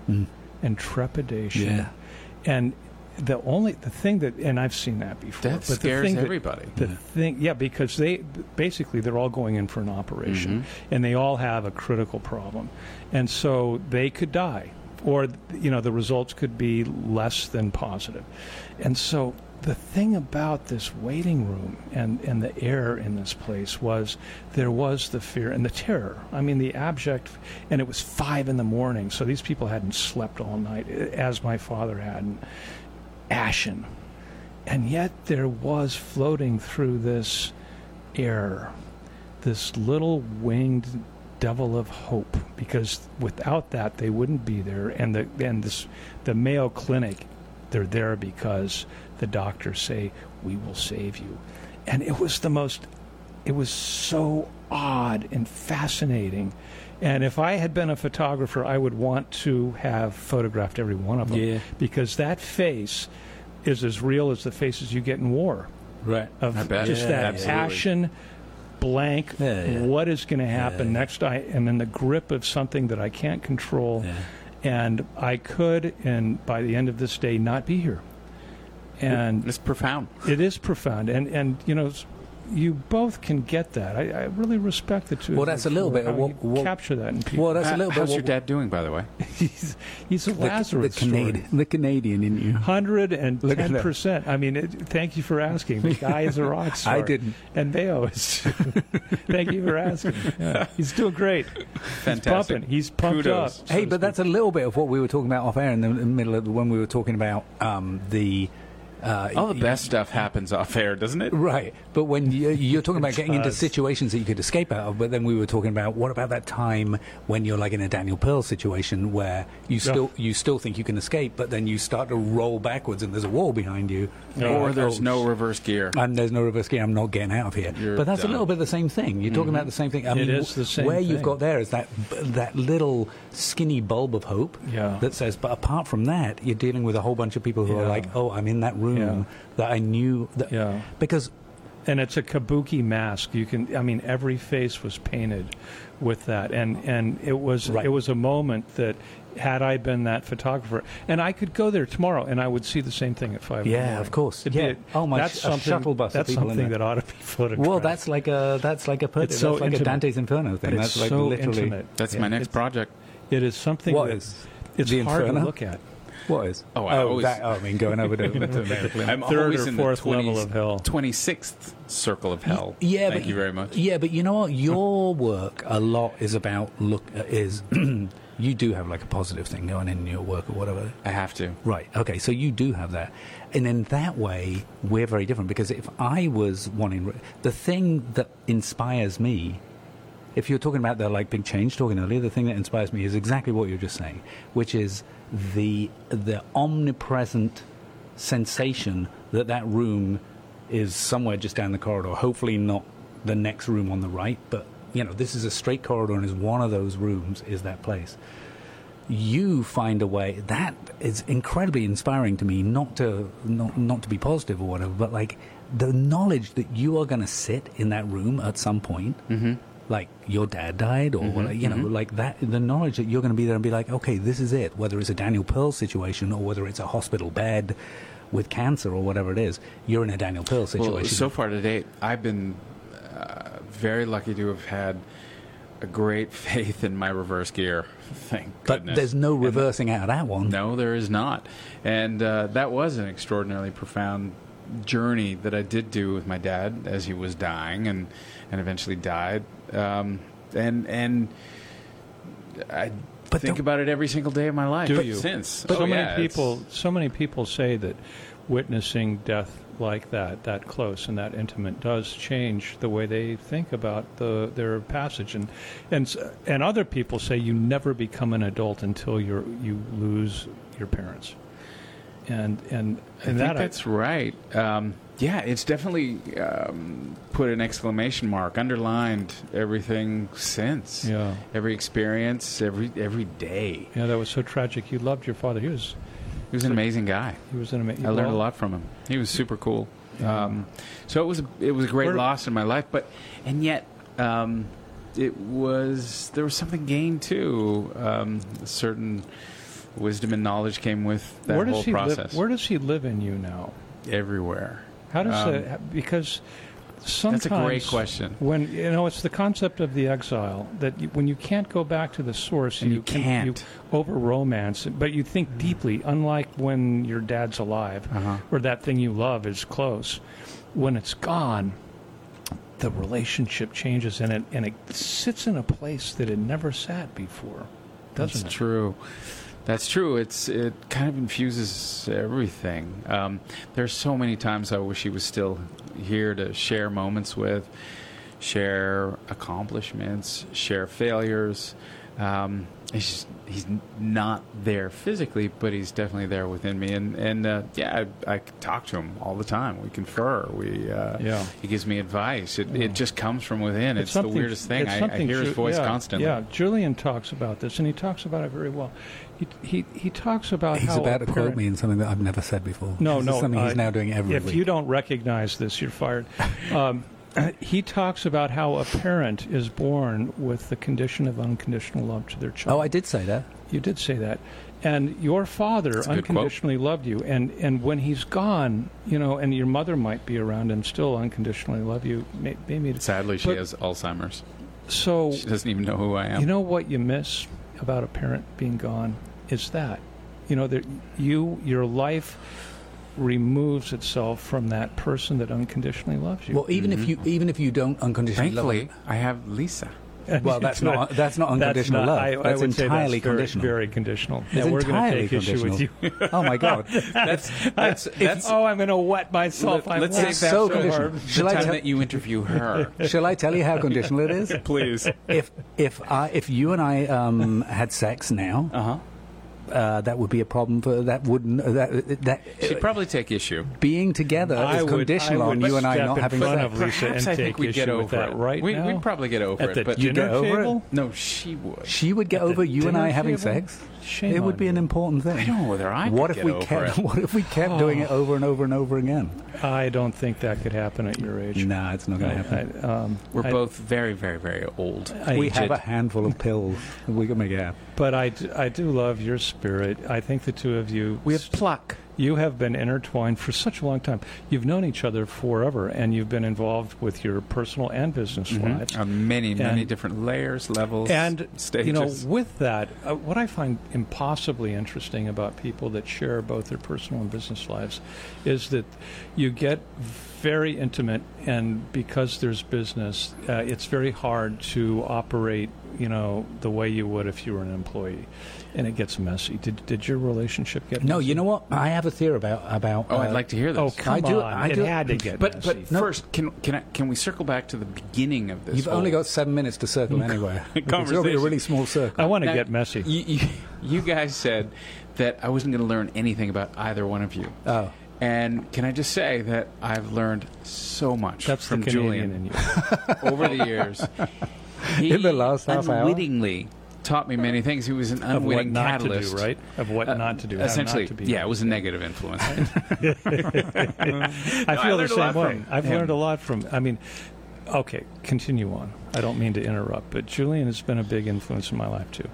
[SPEAKER 2] and trepidation,
[SPEAKER 4] Yeah.
[SPEAKER 2] and the only the thing that and I've seen that before.
[SPEAKER 5] that
[SPEAKER 2] but the
[SPEAKER 5] scares
[SPEAKER 2] thing that-
[SPEAKER 5] everybody.
[SPEAKER 2] the thing yeah because they basically they're all going in for an operation and they all have a critical problem and so they could die or you know the results could be less than positive and so the thing about this waiting room and, and the air in this place was there was the fear and the terror. I mean, the abject, and it was five in the morning, so these people hadn't slept all night, eh, as my father had, and ashen and yet there was floating through this air this little winged devil of hope because without that they wouldn't be there and the and this the Mayo Clinic they're there because the doctors say we will save you and it was the most it was so odd and fascinating and if I had been a photographer I would want to have photographed every one of them
[SPEAKER 4] Yeah.
[SPEAKER 2] because that face is as real as the faces you get in war
[SPEAKER 4] Right.
[SPEAKER 2] of
[SPEAKER 5] bet.
[SPEAKER 2] just
[SPEAKER 5] Yeah,
[SPEAKER 2] that
[SPEAKER 5] absolutely.
[SPEAKER 2] action blank
[SPEAKER 4] Yeah, yeah.
[SPEAKER 2] what is going to happen
[SPEAKER 4] yeah.
[SPEAKER 2] next i am in the grip of something that i can't control
[SPEAKER 4] Yeah.
[SPEAKER 2] and i could and by the end of this day not be here and
[SPEAKER 5] It's profound.
[SPEAKER 2] it is profound and and you know s- you both can get that i, I really respect the two of
[SPEAKER 4] Well,
[SPEAKER 2] you
[SPEAKER 4] that's a little
[SPEAKER 2] for
[SPEAKER 4] bit of
[SPEAKER 2] how
[SPEAKER 4] what-
[SPEAKER 2] you
[SPEAKER 4] what-
[SPEAKER 2] capture that in people
[SPEAKER 4] Well, that's a
[SPEAKER 5] How-
[SPEAKER 4] little bit
[SPEAKER 5] How's
[SPEAKER 4] what-
[SPEAKER 5] your dad doing, by the way?
[SPEAKER 2] he's, he's a
[SPEAKER 4] the,
[SPEAKER 2] lazarus
[SPEAKER 4] the Canadian, the Canadian in you.
[SPEAKER 2] Hundred and
[SPEAKER 4] Look at
[SPEAKER 2] ten
[SPEAKER 4] that.
[SPEAKER 2] percent. I mean, it, thank you for asking. The guy is a rock star.
[SPEAKER 4] I didn't.
[SPEAKER 2] and they always. thank you for asking. He's doing great.
[SPEAKER 5] Fantastic.
[SPEAKER 2] Pumping. He's pumped
[SPEAKER 5] Kudos.
[SPEAKER 2] up.
[SPEAKER 4] Hey, but that's a little bit of what we were talking about off air in the, in the middle of when we were talking about um, the. Uh,
[SPEAKER 3] Oh,
[SPEAKER 5] All the best stuff happens off air, doesn't it?
[SPEAKER 4] Right, but when you, you're talking about getting into
[SPEAKER 2] does.
[SPEAKER 4] situations that you could escape out of, but then we were talking about what about that time when you're like in a Daniel Pearl situation where you still you still think you can escape, but then you start to roll backwards and there's a wall behind you,
[SPEAKER 5] Or there's no reverse gear.
[SPEAKER 4] and there's no reverse gear. I'm not getting out of here.
[SPEAKER 5] You're
[SPEAKER 4] but that's
[SPEAKER 5] done.
[SPEAKER 4] a little bit the same thing. You're talking about the same thing. I
[SPEAKER 2] Mm-hmm. It
[SPEAKER 4] mean,
[SPEAKER 2] is the same
[SPEAKER 4] where you've
[SPEAKER 2] thing.
[SPEAKER 4] got there is that that little skinny bulb of hope
[SPEAKER 2] Yeah.
[SPEAKER 4] that says. But apart from that, you're dealing with a whole bunch of people who are
[SPEAKER 2] Yeah.
[SPEAKER 4] like, "Oh, I'm in that room
[SPEAKER 2] Yeah.
[SPEAKER 4] that I knew." That,
[SPEAKER 2] Yeah.
[SPEAKER 4] Because
[SPEAKER 2] and it's a kabuki mask. You can, I mean, every face was painted with that, and and it was
[SPEAKER 4] Right.
[SPEAKER 2] it was a moment that had I been that photographer, and I could go there tomorrow, and I would see the same thing at five. in the
[SPEAKER 4] Yeah,
[SPEAKER 2] morning.
[SPEAKER 4] of course.
[SPEAKER 2] It'd be
[SPEAKER 4] Yeah.
[SPEAKER 2] a-
[SPEAKER 4] Oh, my
[SPEAKER 2] That's
[SPEAKER 4] sh- a
[SPEAKER 2] something,
[SPEAKER 4] shuttle bus of
[SPEAKER 2] That's
[SPEAKER 4] people in
[SPEAKER 2] something
[SPEAKER 4] there.
[SPEAKER 2] that ought to be photographed.
[SPEAKER 4] well, that's like a that's like a per-
[SPEAKER 2] It's
[SPEAKER 4] that's
[SPEAKER 2] so
[SPEAKER 4] like
[SPEAKER 2] intimate.
[SPEAKER 4] a Dante's Inferno thing.
[SPEAKER 2] But
[SPEAKER 4] that's
[SPEAKER 2] it's
[SPEAKER 4] like
[SPEAKER 2] so
[SPEAKER 4] literally
[SPEAKER 2] intimate.
[SPEAKER 5] That's my next project.
[SPEAKER 2] It is something
[SPEAKER 4] What
[SPEAKER 2] that
[SPEAKER 4] is?
[SPEAKER 2] it's
[SPEAKER 4] The
[SPEAKER 2] hard
[SPEAKER 4] Inferno?
[SPEAKER 2] to look at.
[SPEAKER 4] What is?
[SPEAKER 5] Oh, I always-
[SPEAKER 4] that, oh, I mean, going over to. to
[SPEAKER 5] I'm
[SPEAKER 2] Third
[SPEAKER 5] always
[SPEAKER 2] or
[SPEAKER 5] in
[SPEAKER 2] fourth
[SPEAKER 5] the 20s,
[SPEAKER 2] level of hell.
[SPEAKER 5] 26th circle of hell.
[SPEAKER 4] yeah,
[SPEAKER 5] Thank
[SPEAKER 4] but,
[SPEAKER 5] you very much.
[SPEAKER 4] Yeah, but you know what? Your work a lot is about look uh, is you do have like a positive thing going in your work or whatever.
[SPEAKER 5] I have to.
[SPEAKER 4] Right. Okay. So you do have that, and in that way, we're very different because if I was wanting the thing that inspires me if you're talking about the like big change talking earlier, the thing that inspires me is exactly what you're just saying, which is the the omnipresent sensation that that room is somewhere just down the corridor. Hopefully not the next room on the right, but you know this is a straight corridor and is one of those rooms is that place you find a way that is incredibly inspiring to me not to not, not to be positive or whatever but like the knowledge that you are going to sit in that room at some point
[SPEAKER 2] Mm-hmm.
[SPEAKER 4] like your dad died or whatever, you know like that the knowledge that you're going to be there and be like okay this is it whether it's a daniel pearl situation or whether it's a hospital bed with cancer or whatever it is you're in a daniel pearl situation
[SPEAKER 3] Well, so far to date, I've been uh, very lucky to have had a great faith in my reverse gear. Thank
[SPEAKER 4] but
[SPEAKER 3] goodness.
[SPEAKER 4] there's no reversing out of that one
[SPEAKER 3] No, there is not. And uh, that was an extraordinarily profound journey that I did do with my dad as he was dying and, and eventually died. Um, and and I
[SPEAKER 4] But
[SPEAKER 3] think
[SPEAKER 4] don't-
[SPEAKER 3] about it every single day of my life.
[SPEAKER 2] Do you?
[SPEAKER 3] Since.
[SPEAKER 2] so
[SPEAKER 3] Oh,
[SPEAKER 2] many
[SPEAKER 3] yeah, it's-
[SPEAKER 2] people, so many people say that witnessing death like that, that close and that intimate, does change the way they think about the their passage. And and s- and other people say you never become an adult until you are you lose your parents. And and
[SPEAKER 3] I
[SPEAKER 2] and
[SPEAKER 3] think
[SPEAKER 2] that I-
[SPEAKER 3] that's right. Um, yeah, it's definitely um, put an exclamation mark, underlined everything since.
[SPEAKER 2] Yeah.
[SPEAKER 3] Every experience, every every day.
[SPEAKER 2] yeah, that was so tragic. You loved your father. He was
[SPEAKER 3] He was an amazing guy.
[SPEAKER 2] he was an amazing.
[SPEAKER 3] I learned a lot from him. He was super cool. Um, so it was a, it was a great
[SPEAKER 2] Where-
[SPEAKER 3] loss in my life, but and yet um, it was there was something gained too. Um, a certain wisdom and knowledge came with that
[SPEAKER 2] Where
[SPEAKER 3] whole
[SPEAKER 2] does he
[SPEAKER 3] process.
[SPEAKER 2] live? Where does he live in you now?
[SPEAKER 3] Everywhere.
[SPEAKER 2] How does
[SPEAKER 3] Um,
[SPEAKER 2] that? Because sometimes
[SPEAKER 3] That's a great question.
[SPEAKER 2] When you know, it's the concept of the exile that you, when you can't go back to the source,
[SPEAKER 3] And you
[SPEAKER 2] can-
[SPEAKER 3] can't. Mm-hmm.
[SPEAKER 2] you over romance, it, but you think deeply. Unlike when your dad's alive,
[SPEAKER 3] Uh-huh.
[SPEAKER 2] or that thing you love is close. When it's gone, the relationship changes, and it and it sits in a place that it never sat before. Doesn't
[SPEAKER 3] That's
[SPEAKER 2] it?
[SPEAKER 3] true. That's true. It's it kind of infuses everything. Um, there's so many times I wish he was still here to share moments with, share accomplishments, share failures. Um, he's just, he's n- not there physically, but he's definitely there within me. And and uh, yeah, I, I talk to him all the time. We confer. We uh,
[SPEAKER 2] Yeah.
[SPEAKER 3] He gives me advice. It, it just comes from within. It's, the
[SPEAKER 2] something-
[SPEAKER 3] weirdest thing.
[SPEAKER 2] it's
[SPEAKER 3] I, I
[SPEAKER 2] something
[SPEAKER 3] hear his
[SPEAKER 2] Ju-
[SPEAKER 3] voice
[SPEAKER 2] yeah,
[SPEAKER 3] constantly.
[SPEAKER 2] Yeah, Julian talks about this, and he talks about it very well. He he, he talks about
[SPEAKER 4] He's
[SPEAKER 2] how
[SPEAKER 4] about
[SPEAKER 2] a
[SPEAKER 4] to quote
[SPEAKER 2] parent-
[SPEAKER 4] me in something that I've never said before.
[SPEAKER 2] No,
[SPEAKER 4] This is
[SPEAKER 2] no,
[SPEAKER 4] something he's
[SPEAKER 2] uh,
[SPEAKER 4] now doing every
[SPEAKER 2] If
[SPEAKER 4] week.
[SPEAKER 2] you don't recognize this, you're fired. Um, he talks about how a parent is born with the condition of unconditional love to their child.
[SPEAKER 4] oh, I did say that.
[SPEAKER 2] You did say that. And your father
[SPEAKER 3] a good quote.
[SPEAKER 2] unconditionally loved you. And, and when he's gone, you know, and your mother might be around and still unconditionally love you, may- maybe it's.
[SPEAKER 3] Sadly, she
[SPEAKER 2] But-
[SPEAKER 3] has Alzheimer's.
[SPEAKER 2] So,
[SPEAKER 3] She doesn't even know who I am.
[SPEAKER 2] you know what you miss about a parent being gone is that. You know, that you, your life removes itself from that person that unconditionally loves you. Mm-hmm.
[SPEAKER 4] Well, even if you even if you don't unconditionally
[SPEAKER 3] Thankfully, I have Lisa.
[SPEAKER 4] love, well, that's not that's not unconditional
[SPEAKER 2] not-
[SPEAKER 4] love.
[SPEAKER 2] I,
[SPEAKER 4] that's
[SPEAKER 2] I would say
[SPEAKER 4] entirely
[SPEAKER 2] that's very,
[SPEAKER 4] conditional.
[SPEAKER 2] Very conditional.
[SPEAKER 4] it's
[SPEAKER 2] yeah, we're going to
[SPEAKER 4] entirely
[SPEAKER 2] take issue
[SPEAKER 4] conditional.
[SPEAKER 2] with you.
[SPEAKER 4] oh my god!
[SPEAKER 3] That's that's that's.
[SPEAKER 2] oh, I'm going to wet myself. I'm
[SPEAKER 3] let's
[SPEAKER 2] wet.
[SPEAKER 3] save that
[SPEAKER 4] so
[SPEAKER 3] for
[SPEAKER 4] conditional.
[SPEAKER 3] the
[SPEAKER 4] Shall I
[SPEAKER 3] time
[SPEAKER 4] tell-
[SPEAKER 3] that you interview her.
[SPEAKER 4] Shall I tell you how conditional it is?
[SPEAKER 3] Please.
[SPEAKER 4] If if I, if you and I um, had sex now,
[SPEAKER 3] Uh huh.
[SPEAKER 4] uh, that would be a problem for that wouldn't that that
[SPEAKER 3] She'd probably take issue.
[SPEAKER 4] being together
[SPEAKER 2] I
[SPEAKER 4] is
[SPEAKER 2] would-
[SPEAKER 4] conditional
[SPEAKER 2] I
[SPEAKER 4] on
[SPEAKER 2] would
[SPEAKER 4] you and I
[SPEAKER 2] step
[SPEAKER 4] not
[SPEAKER 2] in
[SPEAKER 4] having
[SPEAKER 2] front
[SPEAKER 4] sex.
[SPEAKER 2] of Lisa
[SPEAKER 3] Perhaps
[SPEAKER 2] and
[SPEAKER 3] I
[SPEAKER 2] take
[SPEAKER 3] think we'd
[SPEAKER 2] issue
[SPEAKER 3] get
[SPEAKER 2] with
[SPEAKER 3] over
[SPEAKER 2] that
[SPEAKER 3] it.
[SPEAKER 2] right
[SPEAKER 3] we,
[SPEAKER 2] now.
[SPEAKER 3] We'd probably get over
[SPEAKER 2] At
[SPEAKER 3] it.
[SPEAKER 2] the
[SPEAKER 3] but
[SPEAKER 2] dinner
[SPEAKER 4] get over
[SPEAKER 2] table?
[SPEAKER 3] no, she would.
[SPEAKER 4] She would get
[SPEAKER 2] At the
[SPEAKER 4] over you and
[SPEAKER 2] dinner
[SPEAKER 4] I having
[SPEAKER 2] table?
[SPEAKER 4] sex.
[SPEAKER 2] Shame
[SPEAKER 4] it would
[SPEAKER 2] on
[SPEAKER 4] be an
[SPEAKER 2] you.
[SPEAKER 4] important thing.
[SPEAKER 3] I don't know whether I
[SPEAKER 4] What
[SPEAKER 3] could
[SPEAKER 4] if
[SPEAKER 3] get
[SPEAKER 4] we
[SPEAKER 3] over
[SPEAKER 4] kept?
[SPEAKER 3] it.
[SPEAKER 4] What if we kept doing it over and over and over again?
[SPEAKER 2] I don't think that could happen at your age.
[SPEAKER 4] Nah, it's not going to happen.
[SPEAKER 2] I, I, um,
[SPEAKER 3] We're
[SPEAKER 2] I-
[SPEAKER 3] both very, very, very old.
[SPEAKER 2] I-
[SPEAKER 4] we
[SPEAKER 2] Aged.
[SPEAKER 4] have a handful of pills. We can make it happen.
[SPEAKER 2] But I, d- I do love your spirit. I think the two of you
[SPEAKER 3] we have pluck.
[SPEAKER 2] You have been intertwined for such a long time. You've known each other forever, and you've been involved with your personal and business
[SPEAKER 3] Mm-hmm.
[SPEAKER 2] lives.
[SPEAKER 3] On many, many
[SPEAKER 2] And-
[SPEAKER 3] different layers, levels,
[SPEAKER 2] and
[SPEAKER 3] stages.
[SPEAKER 2] you know, with that, uh, what I find impossibly interesting about people that share both their personal and business lives is that you get very intimate, and because there's business, uh, it's very hard to operate, you know, the way you would if you were an employee, and it gets messy. Did did your relationship get
[SPEAKER 4] No,
[SPEAKER 2] messy?
[SPEAKER 4] you know what? I have a theory about about. uh,
[SPEAKER 5] Oh, I'd like to hear
[SPEAKER 2] Oh
[SPEAKER 5] this.
[SPEAKER 2] come
[SPEAKER 4] I do-
[SPEAKER 2] on!
[SPEAKER 4] I
[SPEAKER 2] it
[SPEAKER 4] do-
[SPEAKER 2] had to get
[SPEAKER 5] but
[SPEAKER 2] messy.
[SPEAKER 5] but first, can can I, can we circle back to the beginning of this?
[SPEAKER 4] You've
[SPEAKER 5] whole-
[SPEAKER 4] only got seven minutes to circle anywhere. It's already a really small
[SPEAKER 2] I
[SPEAKER 4] circle.
[SPEAKER 2] want to
[SPEAKER 5] Now,
[SPEAKER 2] get messy.
[SPEAKER 5] You, you, you guys said that I wasn't going to learn anything about either one of you.
[SPEAKER 4] Oh.
[SPEAKER 5] And can I just say that I've learned so much
[SPEAKER 2] That's
[SPEAKER 5] from
[SPEAKER 2] the Canadian
[SPEAKER 5] Julian
[SPEAKER 2] in you.
[SPEAKER 5] over the years. He
[SPEAKER 4] In the last half hour?
[SPEAKER 5] unwittingly taught me many things. He was an
[SPEAKER 2] Of what
[SPEAKER 5] unwitting
[SPEAKER 2] not to
[SPEAKER 5] catalyst,
[SPEAKER 2] do, right? Of what
[SPEAKER 5] Uh,
[SPEAKER 2] not to do. how not
[SPEAKER 5] Essentially,
[SPEAKER 2] to be.
[SPEAKER 5] yeah, it was a negative influence.
[SPEAKER 2] I feel the
[SPEAKER 5] learned a
[SPEAKER 2] same
[SPEAKER 5] lot
[SPEAKER 2] way.
[SPEAKER 5] from
[SPEAKER 2] I've
[SPEAKER 5] him.
[SPEAKER 2] learned a lot from. I mean, okay, continue on. I don't mean to interrupt, but Julian has been a big influence in my life too.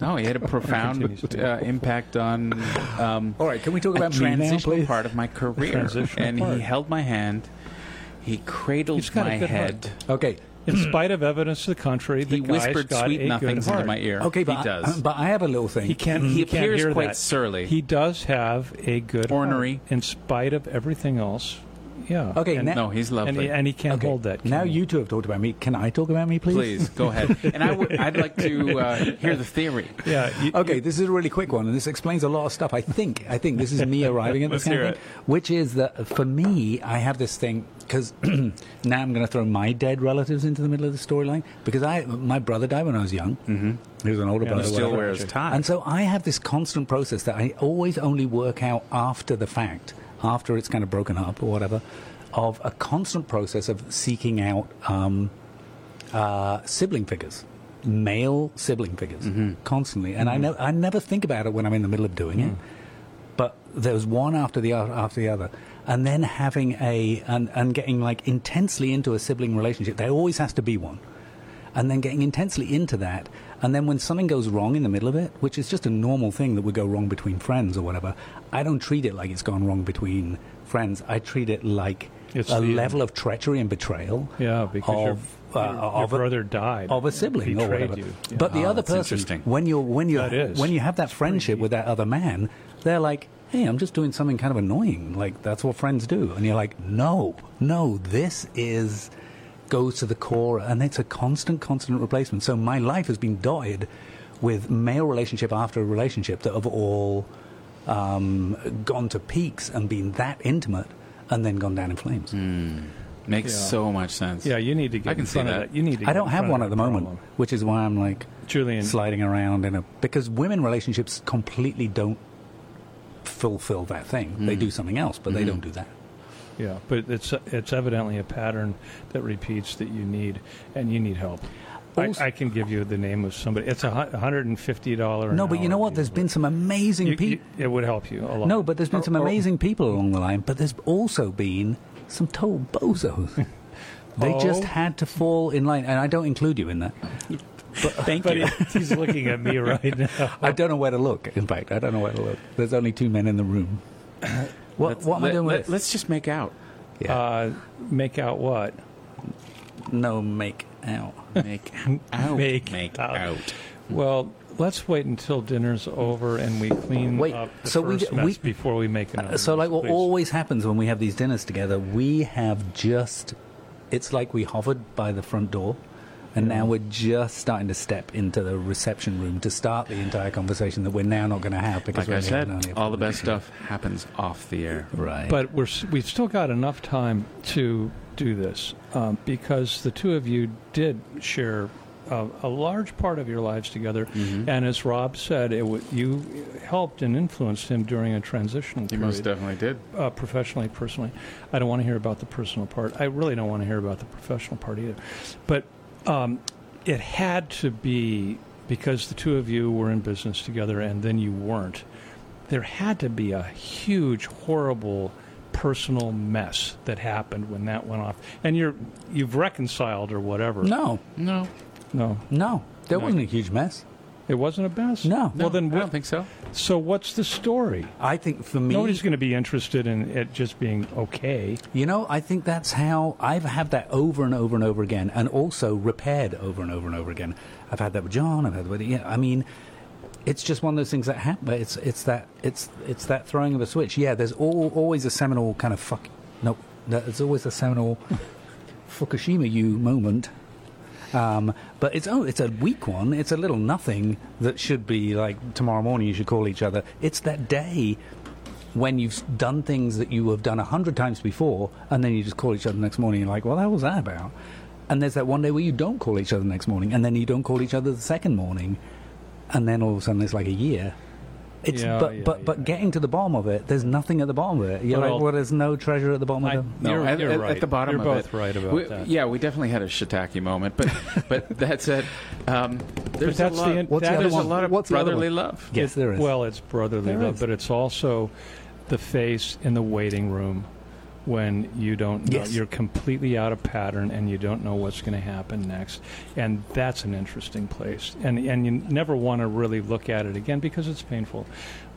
[SPEAKER 5] no, he had a profound
[SPEAKER 2] Continues to.
[SPEAKER 5] uh, impact on um,
[SPEAKER 2] Oh,
[SPEAKER 4] All right, can we talk
[SPEAKER 5] a
[SPEAKER 4] about me now,
[SPEAKER 5] transitional
[SPEAKER 4] please?
[SPEAKER 5] part of my career.
[SPEAKER 2] Transitional
[SPEAKER 5] And
[SPEAKER 2] part.
[SPEAKER 5] he held my hand. He cradled
[SPEAKER 2] He's got a
[SPEAKER 5] my
[SPEAKER 2] good
[SPEAKER 5] head.
[SPEAKER 2] heart.
[SPEAKER 4] Okay,
[SPEAKER 2] In spite of evidence to the contrary, the
[SPEAKER 5] Hmm. He
[SPEAKER 2] guy's
[SPEAKER 5] whispered
[SPEAKER 2] got a
[SPEAKER 5] sweet
[SPEAKER 2] good
[SPEAKER 5] nothings into
[SPEAKER 2] heart.
[SPEAKER 5] my ear.
[SPEAKER 4] okay, but
[SPEAKER 5] he does.
[SPEAKER 4] I, but I have a little thing.
[SPEAKER 2] He can't. He,
[SPEAKER 5] He
[SPEAKER 2] can't
[SPEAKER 5] appears
[SPEAKER 2] hear
[SPEAKER 5] quite
[SPEAKER 2] that.
[SPEAKER 5] surly.
[SPEAKER 2] He does have a good
[SPEAKER 5] Ornery.
[SPEAKER 2] heart, in spite of everything else. Yeah.
[SPEAKER 4] Okay,
[SPEAKER 2] And,
[SPEAKER 4] now-
[SPEAKER 5] no, he's
[SPEAKER 2] and
[SPEAKER 5] lovely.
[SPEAKER 2] he, and he can't
[SPEAKER 4] Okay,
[SPEAKER 2] hold that. can
[SPEAKER 4] Now
[SPEAKER 2] he?
[SPEAKER 4] you two have talked about me. Can I talk about me, please?
[SPEAKER 5] Please go ahead. And I would, I'd like to uh, hear the theory.
[SPEAKER 2] Yeah.
[SPEAKER 5] Oh,
[SPEAKER 2] you-
[SPEAKER 4] Okay, this is a really quick one, and this explains a lot of stuff. I think. I think this is me arriving at
[SPEAKER 5] Let's
[SPEAKER 4] this kind
[SPEAKER 5] hear
[SPEAKER 4] of thing, which is that for me, I have this thing because now I'm going to throw my dead relatives into the middle of the storyline because I my brother died when I was young. Mm-hmm. He was an older brother.
[SPEAKER 5] Still
[SPEAKER 4] whatever.
[SPEAKER 5] wears ties.
[SPEAKER 4] And so I have this constant process that I always only work out after the fact, after it's kind of broken up or whatever, of a constant process of seeking out um, uh, sibling figures, male sibling figures, constantly. And I, ne- I never think about it when I'm in the middle of doing it but there was one after the other after the other and then having a and, and getting like intensely into a sibling relationship there always has to be one and then getting intensely into that and then when something goes wrong in the middle of it which is just a normal thing that would go wrong between friends or whatever i don't treat it like it's gone wrong between friends i treat it like
[SPEAKER 2] It's
[SPEAKER 4] a
[SPEAKER 2] the-
[SPEAKER 4] level of treachery and betrayal
[SPEAKER 2] Yeah, because your-
[SPEAKER 4] of, uh,
[SPEAKER 2] your- your
[SPEAKER 4] of a-
[SPEAKER 2] brother died,
[SPEAKER 4] of a sibling or
[SPEAKER 2] betrayed
[SPEAKER 4] whatever.
[SPEAKER 2] you. Yeah.
[SPEAKER 4] But the
[SPEAKER 5] Ah,
[SPEAKER 4] other
[SPEAKER 5] that's
[SPEAKER 4] person,
[SPEAKER 5] interesting.
[SPEAKER 4] when you're when you
[SPEAKER 2] That is.
[SPEAKER 4] when you have that friendship with that other man, they're like, "Hey, I'm just doing something kind of annoying. Like that's what friends do." And you're like, "No, no, this is goes to the core, and it's a constant, constant replacement." So my life has been dotted with male relationship after relationship that have all um, gone to peaks and been that intimate, and then gone down in flames.
[SPEAKER 5] Makes so much sense.
[SPEAKER 2] Yeah, you need to get
[SPEAKER 5] I can
[SPEAKER 2] in
[SPEAKER 5] see
[SPEAKER 2] front of
[SPEAKER 5] that.
[SPEAKER 2] that. You need to.
[SPEAKER 4] I
[SPEAKER 2] get
[SPEAKER 4] don't
[SPEAKER 2] in
[SPEAKER 4] have
[SPEAKER 2] front
[SPEAKER 4] one
[SPEAKER 2] of
[SPEAKER 4] at
[SPEAKER 2] that
[SPEAKER 4] the moment,
[SPEAKER 2] problem.
[SPEAKER 4] which is why I'm like
[SPEAKER 2] Julian.
[SPEAKER 4] sliding around in a because women relationships completely don't fulfill that thing. They
[SPEAKER 2] Hmm.
[SPEAKER 4] do something else, but they don't do that.
[SPEAKER 2] Yeah, but it's it's evidently a pattern that repeats that you need, and you need help. I,
[SPEAKER 4] Also-
[SPEAKER 2] I can give you the name of somebody. It's a hu- $150. an
[SPEAKER 4] no, but you
[SPEAKER 2] hour
[SPEAKER 4] know what? There's
[SPEAKER 2] deal,
[SPEAKER 4] been some amazing
[SPEAKER 2] but you-
[SPEAKER 4] people.
[SPEAKER 2] you- It would help you a lot.
[SPEAKER 4] No, but there's been some
[SPEAKER 2] Or- or-
[SPEAKER 4] amazing people along the line. But there's also been some total bozos. they just
[SPEAKER 2] Oh.
[SPEAKER 4] had to fall in line, and I don't include you in that.
[SPEAKER 5] Thank
[SPEAKER 2] But
[SPEAKER 5] you.
[SPEAKER 2] he- he's looking at me right now.
[SPEAKER 4] I don't know where to look. In fact, I don't know where to look. There's only two men in the room. What, what am I doing with this?
[SPEAKER 5] us just make out.
[SPEAKER 4] Yeah.
[SPEAKER 2] Uh, make out what?
[SPEAKER 4] no make out.
[SPEAKER 5] Make out.
[SPEAKER 2] Make out. Well, let's wait until dinner's over and we clean
[SPEAKER 4] Wait,
[SPEAKER 2] up the
[SPEAKER 4] so we
[SPEAKER 2] first
[SPEAKER 4] d-
[SPEAKER 2] mess
[SPEAKER 4] we-
[SPEAKER 2] before we make
[SPEAKER 5] Oh,
[SPEAKER 2] another.
[SPEAKER 4] Uh, So,
[SPEAKER 2] mess,
[SPEAKER 4] like, what
[SPEAKER 2] please.
[SPEAKER 4] always happens when we have these dinners together, we have just. It's like we hovered by the front door, and now we're just starting to step into the reception room to start the entire conversation that we're now not going to have because
[SPEAKER 5] Like
[SPEAKER 4] we're
[SPEAKER 5] I said,
[SPEAKER 4] only
[SPEAKER 5] all the best stuff happens off the air.
[SPEAKER 4] Right.
[SPEAKER 2] But we're s- we've still got enough time to do this um, because the two of you did share a, a large part of your lives together, and as Rob said, it w- you helped and influenced him during a transitional
[SPEAKER 5] You
[SPEAKER 2] period,
[SPEAKER 5] most definitely did.
[SPEAKER 2] uh, professionally, personally. I don't want to hear about the personal part. I really don't want to hear about the professional part either. But um, it had to be because the two of you were in business together, and then you weren't there had to be a huge, horrible personal mess that happened when that went off. And you're you've reconciled or whatever.
[SPEAKER 4] no,
[SPEAKER 5] No,
[SPEAKER 2] no,
[SPEAKER 4] no, there wasn't a huge mess.
[SPEAKER 2] it wasn't a mess.
[SPEAKER 4] No.
[SPEAKER 2] Well, then,
[SPEAKER 5] I
[SPEAKER 2] what,
[SPEAKER 5] don't think so.
[SPEAKER 2] so what's the story?
[SPEAKER 4] I think for me,
[SPEAKER 2] Nobody's going to be interested in it just being okay.
[SPEAKER 4] You know, I think that's how I've had that over and over and over again, and also repaired over and over and over again. I've had that with John. I've had that with yeah. I mean, it's just one of those things that happen. It's it's that it's it's that throwing of a switch. Yeah, there's all, always a seminal kind of fuck. No, There's always a seminal Fukushima you moment. Um, but it's oh, it's a weak one. It's a little nothing that should be like tomorrow morning. You should call each other. It's that day when you've done things that you have done a hundred times before, and then you just call each other the next morning. You're like, well, what was that about? And there's that one day where you don't call each other the next morning, and then you don't call each other the second morning, and then all of a sudden it's like a year. It's
[SPEAKER 2] Yeah,
[SPEAKER 4] but
[SPEAKER 2] yeah,
[SPEAKER 4] but but
[SPEAKER 2] yeah.
[SPEAKER 4] getting to the bottom of it, there's nothing at the bottom of it. You're
[SPEAKER 2] Well-
[SPEAKER 4] like, well, there's no treasure at the bottom
[SPEAKER 2] I-
[SPEAKER 4] of it.
[SPEAKER 2] No,
[SPEAKER 5] You're-
[SPEAKER 2] you're
[SPEAKER 5] at, at
[SPEAKER 2] right.
[SPEAKER 5] the bottom
[SPEAKER 2] You're
[SPEAKER 5] of
[SPEAKER 2] both
[SPEAKER 5] it.
[SPEAKER 2] right about
[SPEAKER 5] We-
[SPEAKER 2] that.
[SPEAKER 5] Yeah, we definitely had a shiitake moment, but but that's it. Um, there's
[SPEAKER 2] that's
[SPEAKER 5] a
[SPEAKER 2] the
[SPEAKER 5] lot,
[SPEAKER 2] in-
[SPEAKER 4] What's the
[SPEAKER 2] that
[SPEAKER 4] other
[SPEAKER 5] there's
[SPEAKER 2] is
[SPEAKER 5] a
[SPEAKER 4] one?
[SPEAKER 5] lot of
[SPEAKER 4] What's the other
[SPEAKER 5] brotherly
[SPEAKER 4] one?
[SPEAKER 5] love.
[SPEAKER 4] Yes, there is.
[SPEAKER 2] Well, it's brotherly
[SPEAKER 4] There
[SPEAKER 2] love,
[SPEAKER 4] is.
[SPEAKER 2] but it's also the face in the waiting room when you don't know,
[SPEAKER 4] Yes.
[SPEAKER 2] you're completely out of pattern and you don't know what's going to happen next. And that's an interesting place. And, and you never want to really look at it again because it's painful.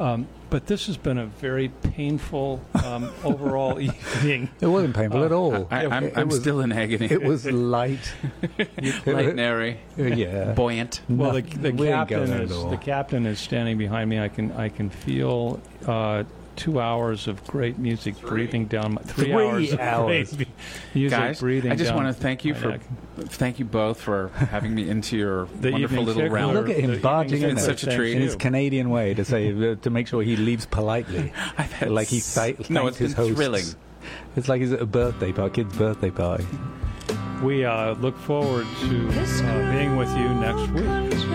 [SPEAKER 2] Um, but this has been a very painful um, overall evening.
[SPEAKER 4] it wasn't painful at all.
[SPEAKER 5] Oh, I, I'm,
[SPEAKER 4] it,
[SPEAKER 5] I'm
[SPEAKER 4] was,
[SPEAKER 5] still in agony.
[SPEAKER 4] It was light.
[SPEAKER 5] Light and airy,
[SPEAKER 4] yeah.
[SPEAKER 5] buoyant.
[SPEAKER 2] Well, the,
[SPEAKER 4] Nothing-
[SPEAKER 2] the
[SPEAKER 4] we ain't
[SPEAKER 2] captain
[SPEAKER 4] going at
[SPEAKER 2] is
[SPEAKER 4] all.
[SPEAKER 2] the captain is standing behind me. I can I can feel uh, two hours of great music breathing down my three,
[SPEAKER 4] Three
[SPEAKER 2] hours,
[SPEAKER 4] hours.
[SPEAKER 2] of great music
[SPEAKER 5] Guys,
[SPEAKER 2] breathing.
[SPEAKER 5] I just
[SPEAKER 2] down
[SPEAKER 5] want to thank you
[SPEAKER 2] my
[SPEAKER 5] for
[SPEAKER 2] neck.
[SPEAKER 5] thank you both for having me into your
[SPEAKER 2] the
[SPEAKER 5] wonderful
[SPEAKER 2] evening
[SPEAKER 5] little
[SPEAKER 2] tickler.
[SPEAKER 5] round.
[SPEAKER 4] Look at him
[SPEAKER 2] The evening
[SPEAKER 4] barging in
[SPEAKER 2] tickler,
[SPEAKER 4] there.
[SPEAKER 5] Such a
[SPEAKER 2] thank
[SPEAKER 5] treat.
[SPEAKER 4] in his
[SPEAKER 2] you.
[SPEAKER 4] Canadian way to say uh, to make sure he leaves politely, like he th- thanked
[SPEAKER 5] no, it's
[SPEAKER 4] his
[SPEAKER 5] been
[SPEAKER 4] hosts.
[SPEAKER 5] thrilling.
[SPEAKER 4] It's like he's at a birthday party, kid's birthday party.
[SPEAKER 2] Uh, We uh, look forward to uh, being with you next week.